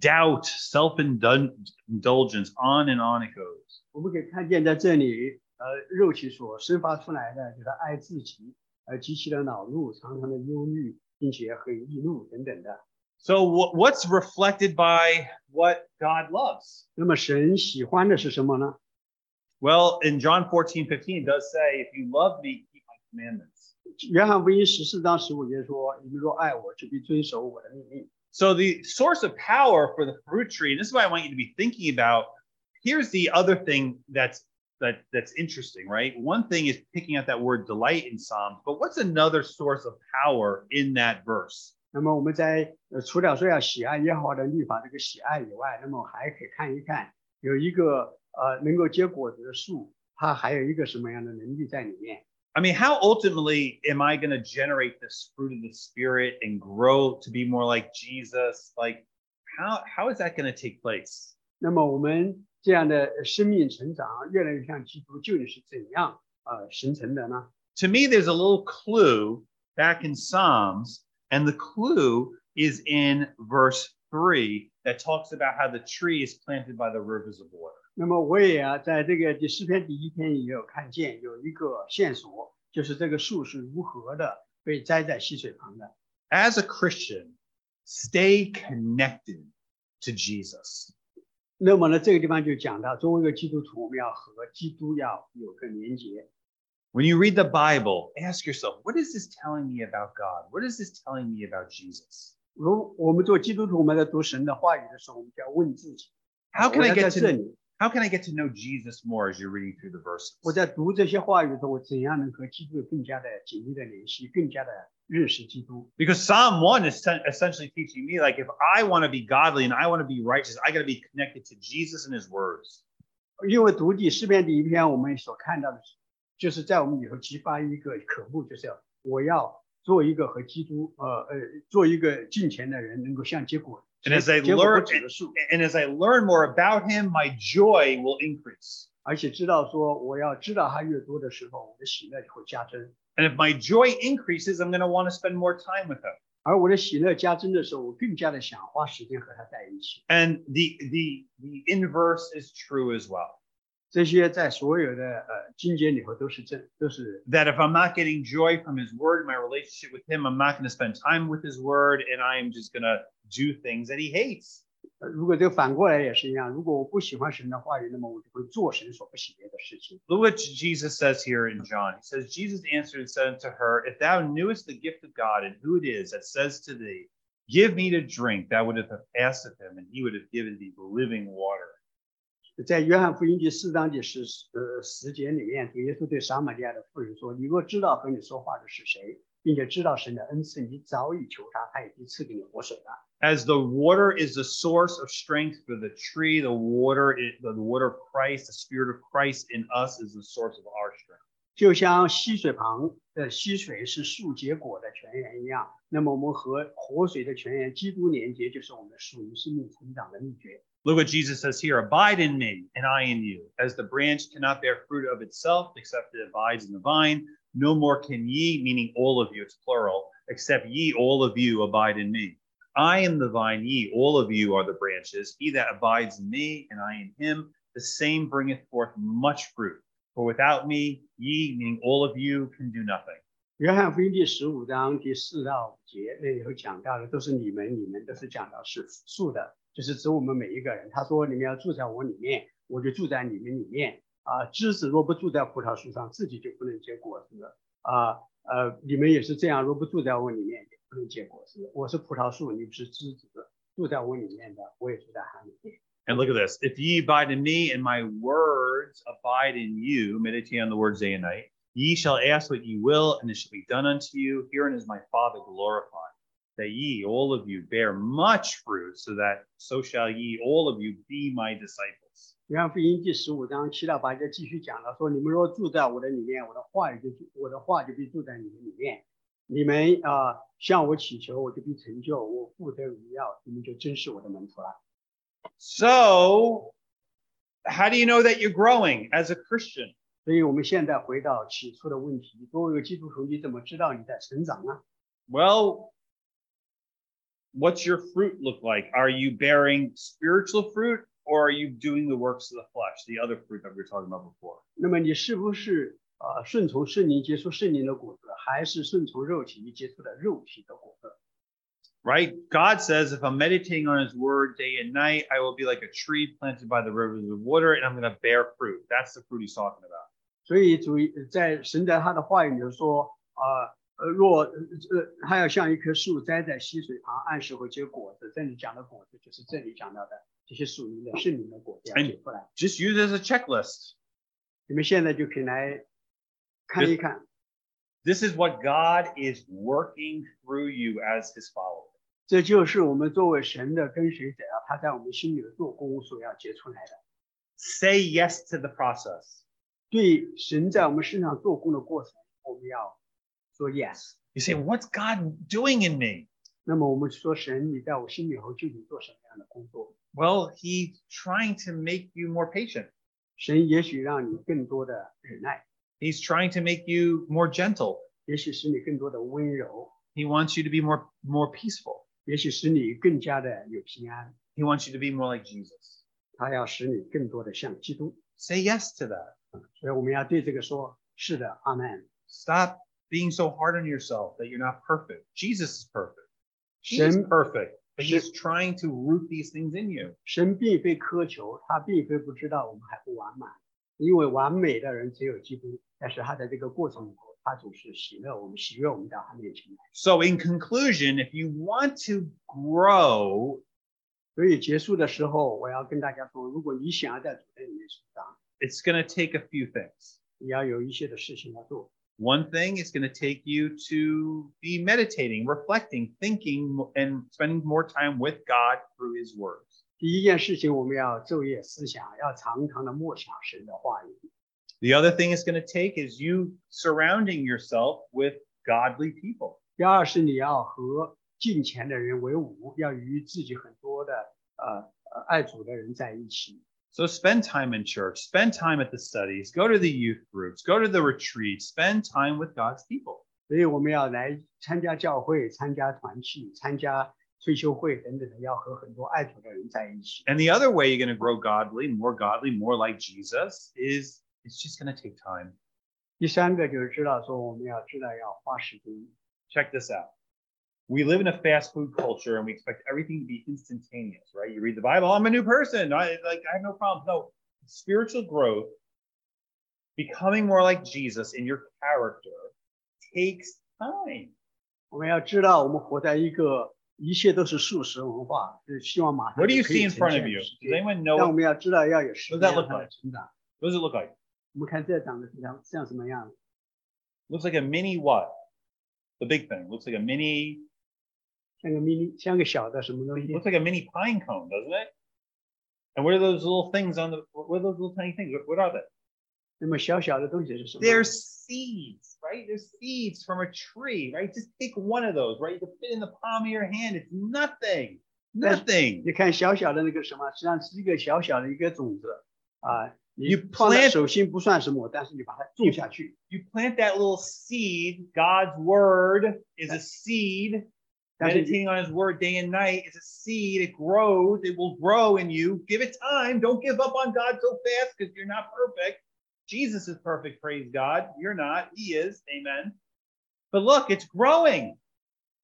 S1: doubt, self-indulgence, on and on it goes.
S2: 我们可以看见在这里，呃，肉体所生发出来的就是爱自己，呃，极其的恼怒，常常的忧虑，并且很易怒等等的。
S1: So, wh- what's reflected by what God loves?
S2: 那么神喜欢的是什么呢？
S1: Well, in John 14, 15, it does say, If you love me, keep my commandments.
S2: 约翰福音十四章十五节说：“你们若爱我，就必遵守我的命令。
S1: So, the source of power for the fruit tree, and this is what I want you to be thinking about. Here's the other thing that's that, that's interesting, right? One thing is picking out that word delight in Psalms, but what's another source of power in that verse? ”
S2: 那么我们在呃除了说要喜爱耶和华的律法这个喜爱以外，那么还可以看一看有一个呃能够结果子的树，它还有一个什么样的能力在里面？
S1: I mean, how ultimately am I going to generate this fruit of the spirit and grow to be more like Jesus? Like, how how is that going to take place?
S2: 那么我们这样的生命成长，越来越像基督，究竟是怎样呃形成的呢？
S1: To me, there's a little clue back in Psalms, and the clue is in verse three that talks about how the tree is planted by the rivers of water.
S2: 那么我也啊，在这个第十篇第一篇也有看见有一个线索，就是这个树是如何的被栽在溪水旁的。
S1: As a Christian, stay connected to Jesus.
S2: 那么呢，这个地方就讲到，作为一个基督徒，我们要和基督要有个连接。
S1: When you read the Bible, ask yourself, what is this telling me about God? What is this telling me about Jesus?
S2: 如我们做基督徒，我们在读神的话语的时候，我们就要问自己
S1: How can
S2: 我
S1: I
S2: 要在
S1: get
S2: 这
S1: to
S2: 里，
S1: how can I get to know Jesus more as you're reading through the verses?
S2: 我在读这些话语的时候，我怎样能和基督有更加的紧密的联系，更加的认识基督？
S1: Because Psalm one is sen- essentially teaching me like if I want to be godly and I want to be righteous, I got to be connected to Jesus and His words.
S2: 因为读第诗篇第一篇，我们所看到的是，就是在我们里头激发一个渴慕，就是要我要做一个和基督，呃呃，做一个敬虔的人，能够像结果
S1: And as I
S2: 结果
S1: learn-
S2: 不止的树，
S1: And as I learn more about Him, my joy will increase.
S2: 而且知道说我要知道他越多的时候，我的喜乐就会加增。
S1: And if my joy increases, I'm going to want to spend more time with Him.
S2: 而我的喜乐加增的时候，我更加的想花时间和他在一起。
S1: And the the the inverse is true as well.
S2: 这些在所有的呃经节里头都是正，都是
S1: That if I'm not getting joy from His Word, my relationship with Him, I'm not going to spend time with His Word, and I am just going to do things that He hates.
S2: 呃如果这个反过来也是一样，如果我不喜欢神的话语，那么我就会做神所不喜悦的事情。
S1: Look what Jesus says here in John. He says, Jesus answered and said unto her, If thou knewest the gift of God and who it is that says to thee, Give me to drink, thou would have asked of him, and he would have given thee living water.
S2: 在约翰福音第四章第十呃十节里面，主耶稣对撒玛利亚的妇人说：“你若知道和你说话的是谁，并且知道神的恩赐，你早已求他，他已经赐给你活水了。
S1: As the water is the source of strength for the tree, the water, is, the water of Christ, the spirit of Christ in us is the source of our strength. ”
S2: 就像溪水旁的溪水是树结果的泉源一样，那么我们和活水的泉源基督连接，就是我们属于生命成长的秘诀。
S1: Look what Jesus says here Abide in me, and I in you. As the branch cannot bear fruit of itself, except it abides in the vine, no more can ye, meaning all of you, it's plural, except ye, all of you, abide in me. I am the vine, ye, all of you are the branches. He that abides in me, and I in him, the same bringeth forth much fruit. For without me, ye, meaning all of you, can do nothing.
S2: 约翰福音第十五章第四到五节那里头讲到的都是你们，你们都是讲到是树的，就是指我们每一个人。他说：“你们要住在我里面，我就住在你们里面。啊，枝子若不住在葡萄树上，自己就不能结果子了。啊，呃，你们也是这样，若不住在我里面，也不能结果子。我是葡萄树，你们是枝子，住在我里面的，我也住在它里面。
S1: And look at this. If ye abide in me and my words abide in you, meditate on the words day and night, Ye shall ask what ye will, and it shall be done unto you. Herein is my Father glorified, that ye, all of you, bear much fruit, so that so shall ye, all of you, be my disciples.
S2: 约翰福音第十五章七到八节继续讲了说：你们若住在我的里面，我的话语就住我的话就必住在你们里面。你们啊、呃向我祈求，我就必成就；我不得荣耀，你们就真是我的门徒了。
S1: So, how do you know that you're growing as a Christian?
S2: 所以，我们现在回到起初的问题：作为一个基督徒，你怎么知道你在成长呢？
S1: Well, what's your fruit look like? Are you bearing spiritual fruit or are you doing the works of the flesh, the other fruit that we were talking about before?
S2: 那么，你是不是呃顺从圣灵结出圣灵的果子，还是顺从肉体结出了肉体的果子？
S1: Right? God says, if I'm meditating on his word day and night, I will be like a tree planted by the rivers of water and I'm going to bear fruit. That's the fruit he's talking about.
S2: 所以主在神在他的话语里头说啊，呃，若呃，他要像一棵树栽在溪水旁，按时会结果子。这里讲的果子就是这里讲到的这些属灵的圣灵的果子要结出来。
S1: Just use it as a checklist.
S2: 你们现在就可以来看一看，
S1: This is what God is working through you as his follower.
S2: 这就是我们作为神的跟随者啊，他在我们心里的做工所要结出来的。
S1: Say yes to the process.
S2: 对神在我们身上做工的过程，我们要说 yes。
S1: You say, what's God doing in me?
S2: 那么我们说神，你在我心里头究竟做什么样的工作？
S1: Well, he's trying to make you more patient.
S2: 神也许让你更多的忍耐。
S1: He's trying to make you more gentle.
S2: 也许使你更多的温柔，
S1: He wants you to be more more peaceful.
S2: 也许使你更加的有平安。
S1: He wants you to be more like Jesus.
S2: 他要使你更多的像基督，
S1: Say yes to that.
S2: 所以我们要对这个说：是的，阿门。
S1: Stop being so hard on yourself that you're not perfect. Jesus is perfect. He's
S2: Shem-
S1: perfect. But he's trying to root these things in you.
S2: 神并非苛求，他并非不知道我们还不完满，因为完美的人只有基督。但是他在这个过程里头，他总是喜乐我们，喜悦我们到他面前来。
S1: So in conclusion, if you want to grow
S2: 所以结束的时候，我要跟大家说，如果你想要在主的里面成长，
S1: it's going to take a few things.
S2: 你要有一些的事情要做。
S1: One thing is going to take you to be meditating, reflecting, thinking, and spending more time with God through His words.
S2: 第一件事情，我们要昼夜思想，要常常的默想神的话语。
S1: The other thing it's going to take is you surrounding yourself with godly people.
S2: 第二是你要和近前的人为伍，要与自己很多的呃呃爱主的人在一起。
S1: So spend time in church, spend time at the studies, go to the youth groups, go to the retreat, spend time with God's people.
S2: 所以我们要来参加教会、参加团契、参加退休会等等的，要和很多爱主的人在一起。
S1: And the other way you're going to grow godly, more godly, more like Jesus is it's just going to take time.
S2: 第三个就是知道说我们要知道要花时间。
S1: check this out. We live in a fast food culture and we expect everything to be instantaneous, right? You read the Bible, I'm a new person. I like I have no problems. No, spiritual growth, becoming more like Jesus in your character takes time.
S2: 我们要知道我们活在一个一切都是速食文化，就是希望马上
S1: What do
S2: 就
S1: you
S2: 可以
S1: see in
S2: 呈
S1: front
S2: 现
S1: of you?
S2: 时
S1: Does
S2: 间
S1: anyone
S2: 但
S1: know
S2: 我
S1: what,
S2: 们要知道要有时
S1: What
S2: 间
S1: does that look
S2: 它的
S1: like?
S2: 成长。
S1: what does it look like?
S2: 我们看这长得像像什么样子？
S1: Looks like a mini what? The big thing. Looks like a mini
S2: 像个 mini，像个小的什么东西？
S1: looks like a mini pine cone, doesn't it? And what are those little things on the what are those little tiny things? What- What are they?
S2: 那么小小的东西是什么？
S1: They're seeds, right? They're seeds from a tree, right? Just take one of those, right? You can fit in the palm of your hand. It's nothing,
S2: That's-
S1: nothing.
S2: 你看小小的那个什么，实际上是一个小小的一个种子啊。你
S1: You
S2: 放在
S1: plant-
S2: 手心不算什么，但是你把它种下去，
S1: You plant that little seed. God's word is a seed.
S2: 但是你
S1: Meditating on His word day and night is a seed. It grows. It will grow in you. Give it time. Don't give up on God so fast because you're not perfect. Jesus is perfect. Praise God. You're not. He is. Amen. But look, it's growing.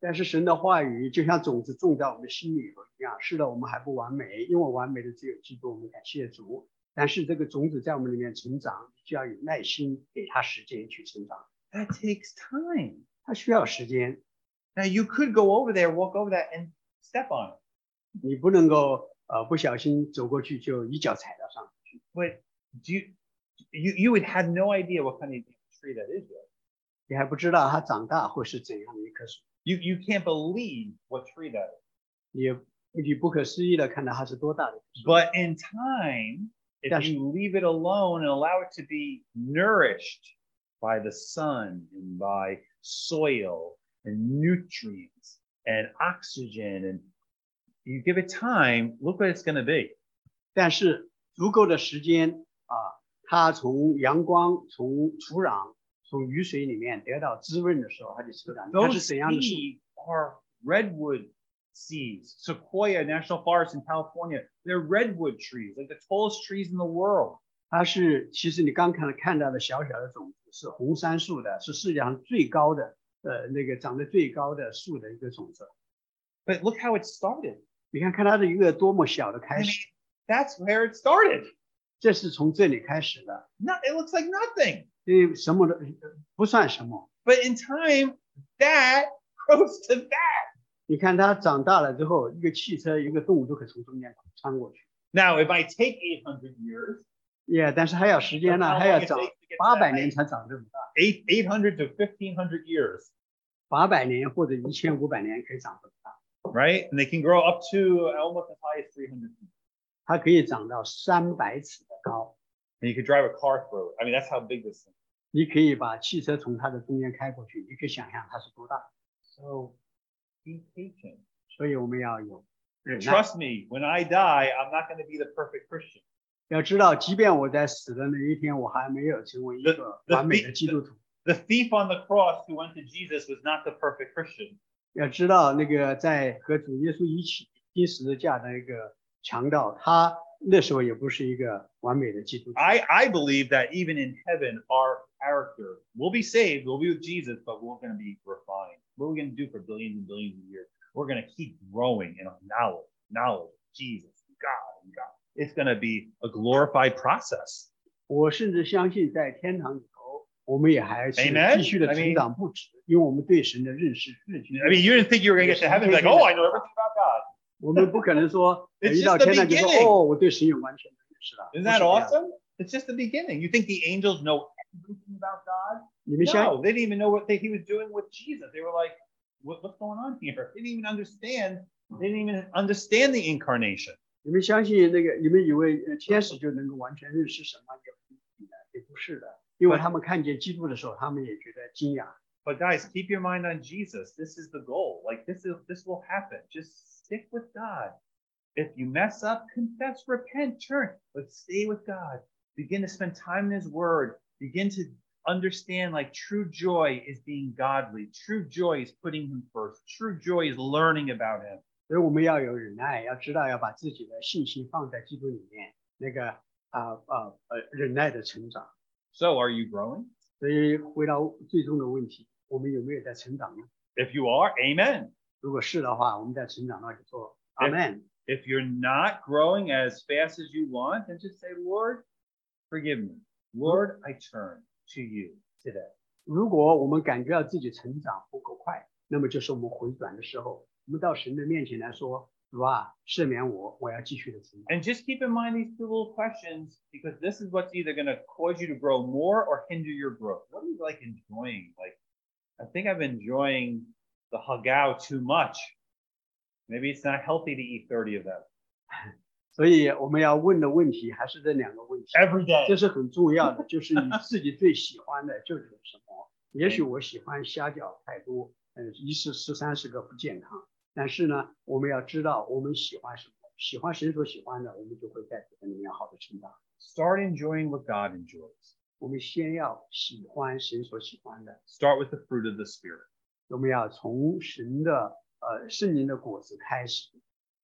S2: 但是神的话语就像种子种在我们心里头一样。是的，我们还不完美，因为完美的只有基督。我们感谢主。但是这个种子在我们里面成长，就要有耐心，给它时间去成长。
S1: That takes time.
S2: 它需要时间，
S1: Now you could go over there, walk over that, and step on it.
S2: 你不能够呃不小心走过去就一脚踩到上面。
S1: But do you, you you would have no idea what kind of tree that is yours.
S2: 你还不知道它长大会是怎样的一棵树，
S1: You, you can't believe what tree that is.
S2: 你也你不可思议的看到它是多大的。
S1: But in time, if
S2: Yes.
S1: you leave it alone and allow it to be nourished by the sun and by soil and nutrients and oxygen, and you give it time, look what it's going to be.
S2: 但是足够的时间啊，它从阳光、从土壤、从雨水里面得到滋润的时候，它就成长。它是
S1: Those
S2: 怎样的树？
S1: seeds are redwood seeds. Sequoia National Forest in California, they're redwood trees, like the tallest trees in the world.
S2: 它是其实你刚看看到的小小的种子是红杉树的，是世界上最高的呃那个长得最高的树的一个种子。
S1: But look how it started.
S2: 你看看它的一个多么小的开
S1: I mean,
S2: 始，
S1: that's where it started.
S2: 这是从这里开始的，
S1: No, it looks like nothing.
S2: 因为什么都呃不算什么。
S1: But in time, that <laughs> grows to that.
S2: 你看它长大了之后，一个汽车、一个动物都可以从中间穿过去。
S1: Now, if I take 800 years,
S2: 也、但是还要时
S1: that's
S2: 间呢，
S1: how
S2: 还要
S1: long it
S2: 长
S1: takes to get to
S2: 八
S1: that
S2: 百年
S1: height.
S2: 才长这么大，
S1: Eight- 800 to 1500 years,
S2: 八百年或者一千五百年可以长这么大，
S1: right? And they can grow up to almost as high as 300 feet.
S2: 它可以长到三百尺的高。
S1: And you could drive a car through it. I mean, that's how big this thing is.
S2: 你可以把汽车从它的中间开过去，你可以想象它是多大。
S1: So be patient.
S2: 所以我们要有忍耐，
S1: Trust me, when I die, I'm not going to be the perfect Christian.
S2: 要知道，即便我在死的那一天，我还没有成为一个
S1: The- the
S2: 完美的基督徒。
S1: The thief on the cross who went to Jesus was not the perfect Christian.
S2: 要知道，那个在和主耶稣一起钉十字架的那个强盗，他那时候也不是一个完美的基督徒。
S1: I, I believe that even in heaven, our character will be saved, we'll be with Jesus, but we're going to be refined. What are we going to do for billions and billions of years? We're going to keep growing in knowledge, knowledge, Jesus, God, and God. It's going to be a glorified process.
S2: 我甚至相信，在天堂里头，我们也还是
S1: Amen.
S2: 继续的成长不止，因为我们对神的认识日趋。
S1: I mean, you didn't think you were going to get to heaven and be like, oh, I know everything about God.
S2: 我们不可能说
S1: <laughs> It's
S2: 呃一到
S1: just the
S2: 天堂就说
S1: beginning.
S2: 哦，我对神有完全的认识了。
S1: Isn't
S2: 不是
S1: that
S2: 这样的
S1: awesome? It's just the beginning. You think the angels know everything about God?
S2: 你们相
S1: No, they didn't even know what they, he was doing with Jesus. They were like, what, what's going on here? They didn't even understand. They didn't even understand the incarnation.
S2: 你们相信那个？你们以为呃天使就能够完全认识神吗？也不一定的，也不是的，因为他们看见基督的时候，他们也觉得惊讶。
S1: But guys, keep your mind on Jesus. This is the goal. Like this is this will happen. Just stick with God. If you mess up, confess, repent, turn, but stay with God. Begin to spend time in His Word. Begin to understand like true joy is being godly. True joy is putting Him first. True joy is learning about Him.
S2: 所以我们要有忍耐，要知道要把自己的信心放在基督里面，那个啊啊呃忍耐的成长。
S1: So, are you growing?
S2: 所以回到最终的问题，我们有没有在成长呢？
S1: If you are, Amen.
S2: 如果是的话，我们在成长，那就说阿
S1: Yes.
S2: 门。
S1: If you're not growing as fast as you want, then just say, Lord, forgive me. Lord, I turn to you today.
S2: 如果我们感觉到自己成长不够快，那么就是我们回转的时候，我们到神的面前来说：“主啊，赦免我，我要继续的成长。”
S1: And just keep in mind these two little questions because this is what's either going to cause you to grow more or hinder your growth. What are you like enjoying? Like, I think I'm enjoying the hagao too much. Maybe it's not healthy to eat 30 of them
S2: 所以我们要问的问题还是这两个问题，
S1: every day.
S2: 这是很重要的，就是你自己最喜欢的就是什么。也许我喜欢虾饺太多，呃，一次吃三十个不健康。但是呢，我们要知道我们喜欢什么，喜欢神所喜欢的，我们就会在这个里面好的成长。
S1: Start enjoying what God enjoys.
S2: 我们先要喜欢神所喜欢的，
S1: Start with the fruit of the Spirit.
S2: 我们要从神的呃圣灵的果子开始。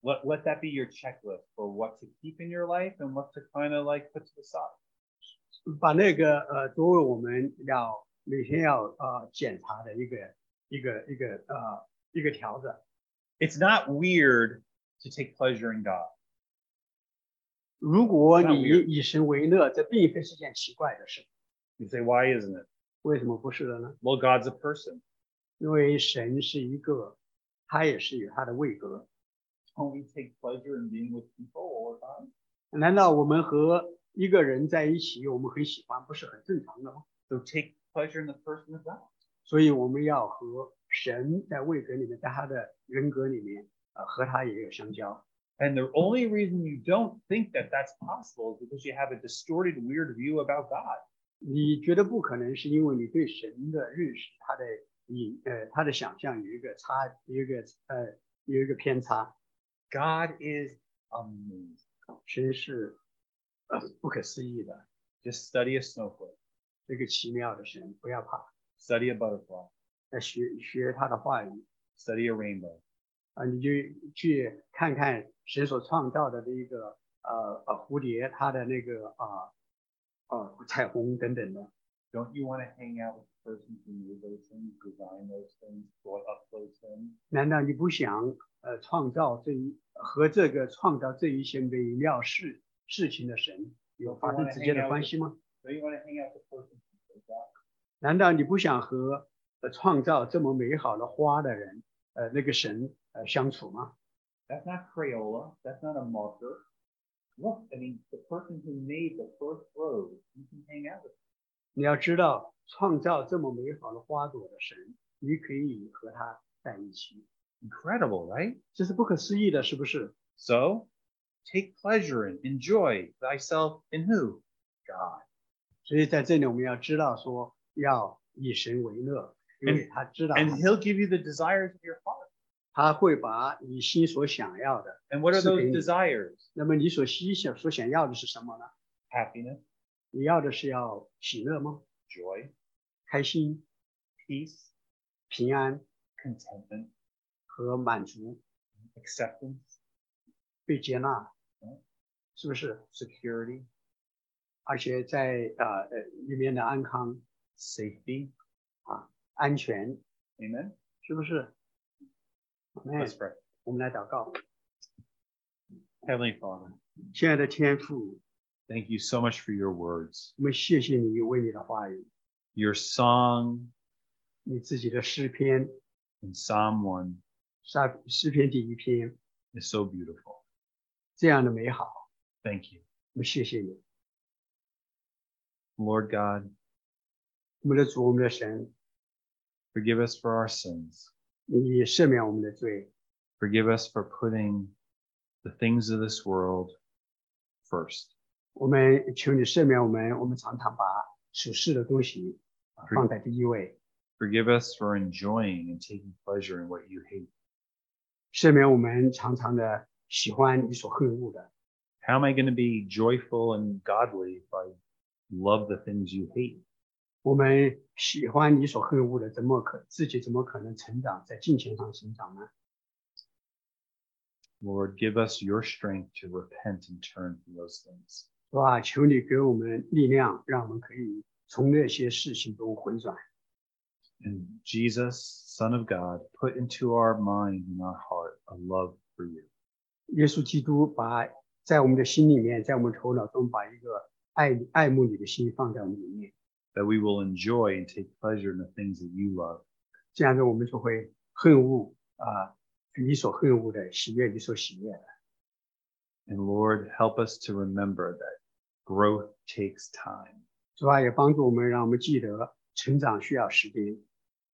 S1: Let, let that be your checklist for what to keep in your life and what to kind of like put to the side.
S2: 把那个呃作为我们要每天要呃检查的一个一个一个呃一个条子，
S1: It's not weird to take pleasure in God.
S2: 如果
S1: 那
S2: 你
S1: 我有
S2: 以神为乐，这并非是件奇怪的事。
S1: You say, why isn't it?
S2: 为什么不是的呢？
S1: Well, God's a person.
S2: 因为神是一个，他也是有他的位格。
S1: Don't we take pleasure in being with people all the time?
S2: 难道我们和一个人在一起，我们很喜欢，不是很正常的吗？
S1: So take pleasure in the person of God.
S2: 所以我们要和神在位格里面，在他的人格里面，呃，和他也有相交。
S1: And the only reason you don't think that that's possible is because you have a distorted, weird view about God.
S2: 你觉得不可能，是因为你对神的认识，他的你呃他的想象有一个差，有一个呃有一个偏差，
S1: God is amazing.
S2: 神是呃不可思议的，
S1: Just study a snowflake,
S2: 这个奇妙的神，不要怕，
S1: study a butterfly,
S2: 要学学他的话语
S1: study a rainbow.
S2: 啊、你就去看看神所创造的这个呃呃蝴蝶，它的那个啊呃彩虹等等的。
S1: Don't you want to hang out with the person who made those things, designed those things, brought up those things?
S2: 难道你不想呃创造这一和这个创造这一些美妙事事情的神有发生直接的关系吗？
S1: Don't you want to hang out with the person who made that?
S2: 难道你不想和呃创造这么美好的花的人呃那个神呃相处吗？
S1: That's not Crayola. That's not a marker. Look, I mean, the person who made the first rose, you can hang out with.
S2: 你要知道，创造这么美好的花朵的神，你可以和他在一起，
S1: Incredible, right?
S2: 这是不可思议的，是不是？
S1: So take pleasure in, enjoy thyself in who? God.
S2: 所以在这里我们要知道说，要以神为乐，因为
S1: And-
S2: 他知道
S1: And he'll give you the desires of your heart.
S2: 他会把你心所想要的。
S1: And what are
S2: So
S1: those
S2: in-
S1: desires?
S2: 那么你所希想所想要的是什么呢？
S1: Happiness,
S2: 你要的是要喜乐吗？
S1: joy,
S2: 开心、
S1: peace,
S2: 平安
S1: contentment,
S2: 和满足，
S1: acceptance,
S2: 被接纳
S1: 嗯，
S2: 是不是？
S1: security,
S2: 而且在呃呃里面的安康、
S1: safety.
S2: 安全，
S1: Amen.
S2: 是不是？那
S1: Let's
S2: 呃
S1: pray.
S2: 我们来祷告，
S1: Heavenly Father,
S2: 亲爱的天父，
S1: thank you so much for your words,
S2: 我们谢谢你为你的话语，
S1: your song
S2: 你自己的诗篇，
S1: in Psalm 1
S2: 诗诗篇第一篇
S1: is so beautiful.
S2: 这样的美好，
S1: Thank you.
S2: 我们谢谢你，
S1: Lord God,
S2: 我们的主，我们的神，
S1: forgive us for our sins.
S2: 你赦免我们的罪，
S1: Forgive us for putting the things of this world first.
S2: 我们求你赦免我们，我们常常把属世的东西啊放在第一位，
S1: Forgive us for enjoying and taking pleasure in what you hate.
S2: 赦免我们常常的喜欢你所恨恶的。
S1: How am I going to be joyful and godly if I love the things you hate?
S2: 我们喜欢你所恨恶的，怎么可自己怎么可能成长在金钱上成长呢？
S1: Lord, give us your strength to repent and turn from those things.
S2: 是吧？求你给我们力量，让我们可以从那些事情中回转。
S1: And Jesus, Son of God, put into our mind and our heart a love for you.
S2: 耶稣基督把在我们的心里面，在我们头脑中，把一个爱爱慕你的心放在我们里面，
S1: that we will enjoy and take pleasure in the things that you love.
S2: 这样子我们就会恨恶啊、你所恨恶的，喜悦你所喜悦的。
S1: And Lord, help us to remember that growth takes time.
S2: 主啊，也帮助我们，让我们记得成长需要时间。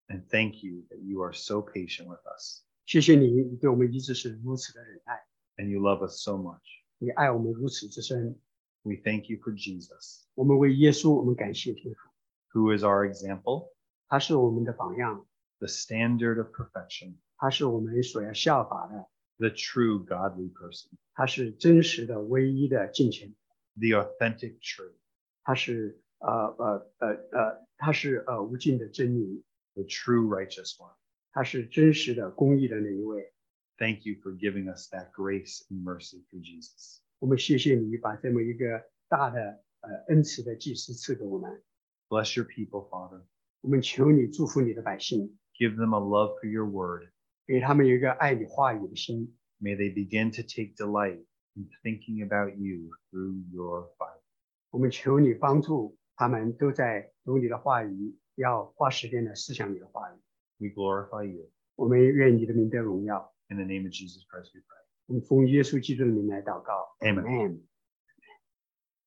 S1: And thank you that you are so patient with us
S2: 谢谢你，你对我们一直是如此的忍耐，
S1: and you love us so much.
S2: 你爱我们如此之深。
S1: We thank you for Jesus,
S2: 我们为耶稣，我们感谢天父，
S1: who is our example,
S2: 他是我们的榜样，
S1: the standard of perfection,
S2: 他是我们所要效法的，
S1: the true godly person,
S2: 他是真实的、唯一的进前，
S1: the authentic truth,
S2: 他是呃呃呃呃，他是呃无尽的真理，
S1: the true righteous one.
S2: 他是真实的、公义的那一位。
S1: Thank you for giving us that grace and mercy through Jesus.
S2: 我们谢谢你把这么一个大的呃恩慈的祭司赐给我们，
S1: Bless your people, Father.
S2: 我们求你祝福你的百姓，
S1: Give them a love for your word.
S2: 给他们一个爱你话语的心，
S1: May they begin to take delight in thinking about you through your Bible.
S2: 我们求你帮助他们都在读你的话语，要花时间来思想你的话语。
S1: We glorify you.
S2: 我们愿你的名得荣耀。
S1: In the name of Jesus Christ, we pray.
S2: 我们奉耶稣基督的名来祷告。
S1: Amen.
S2: Amen.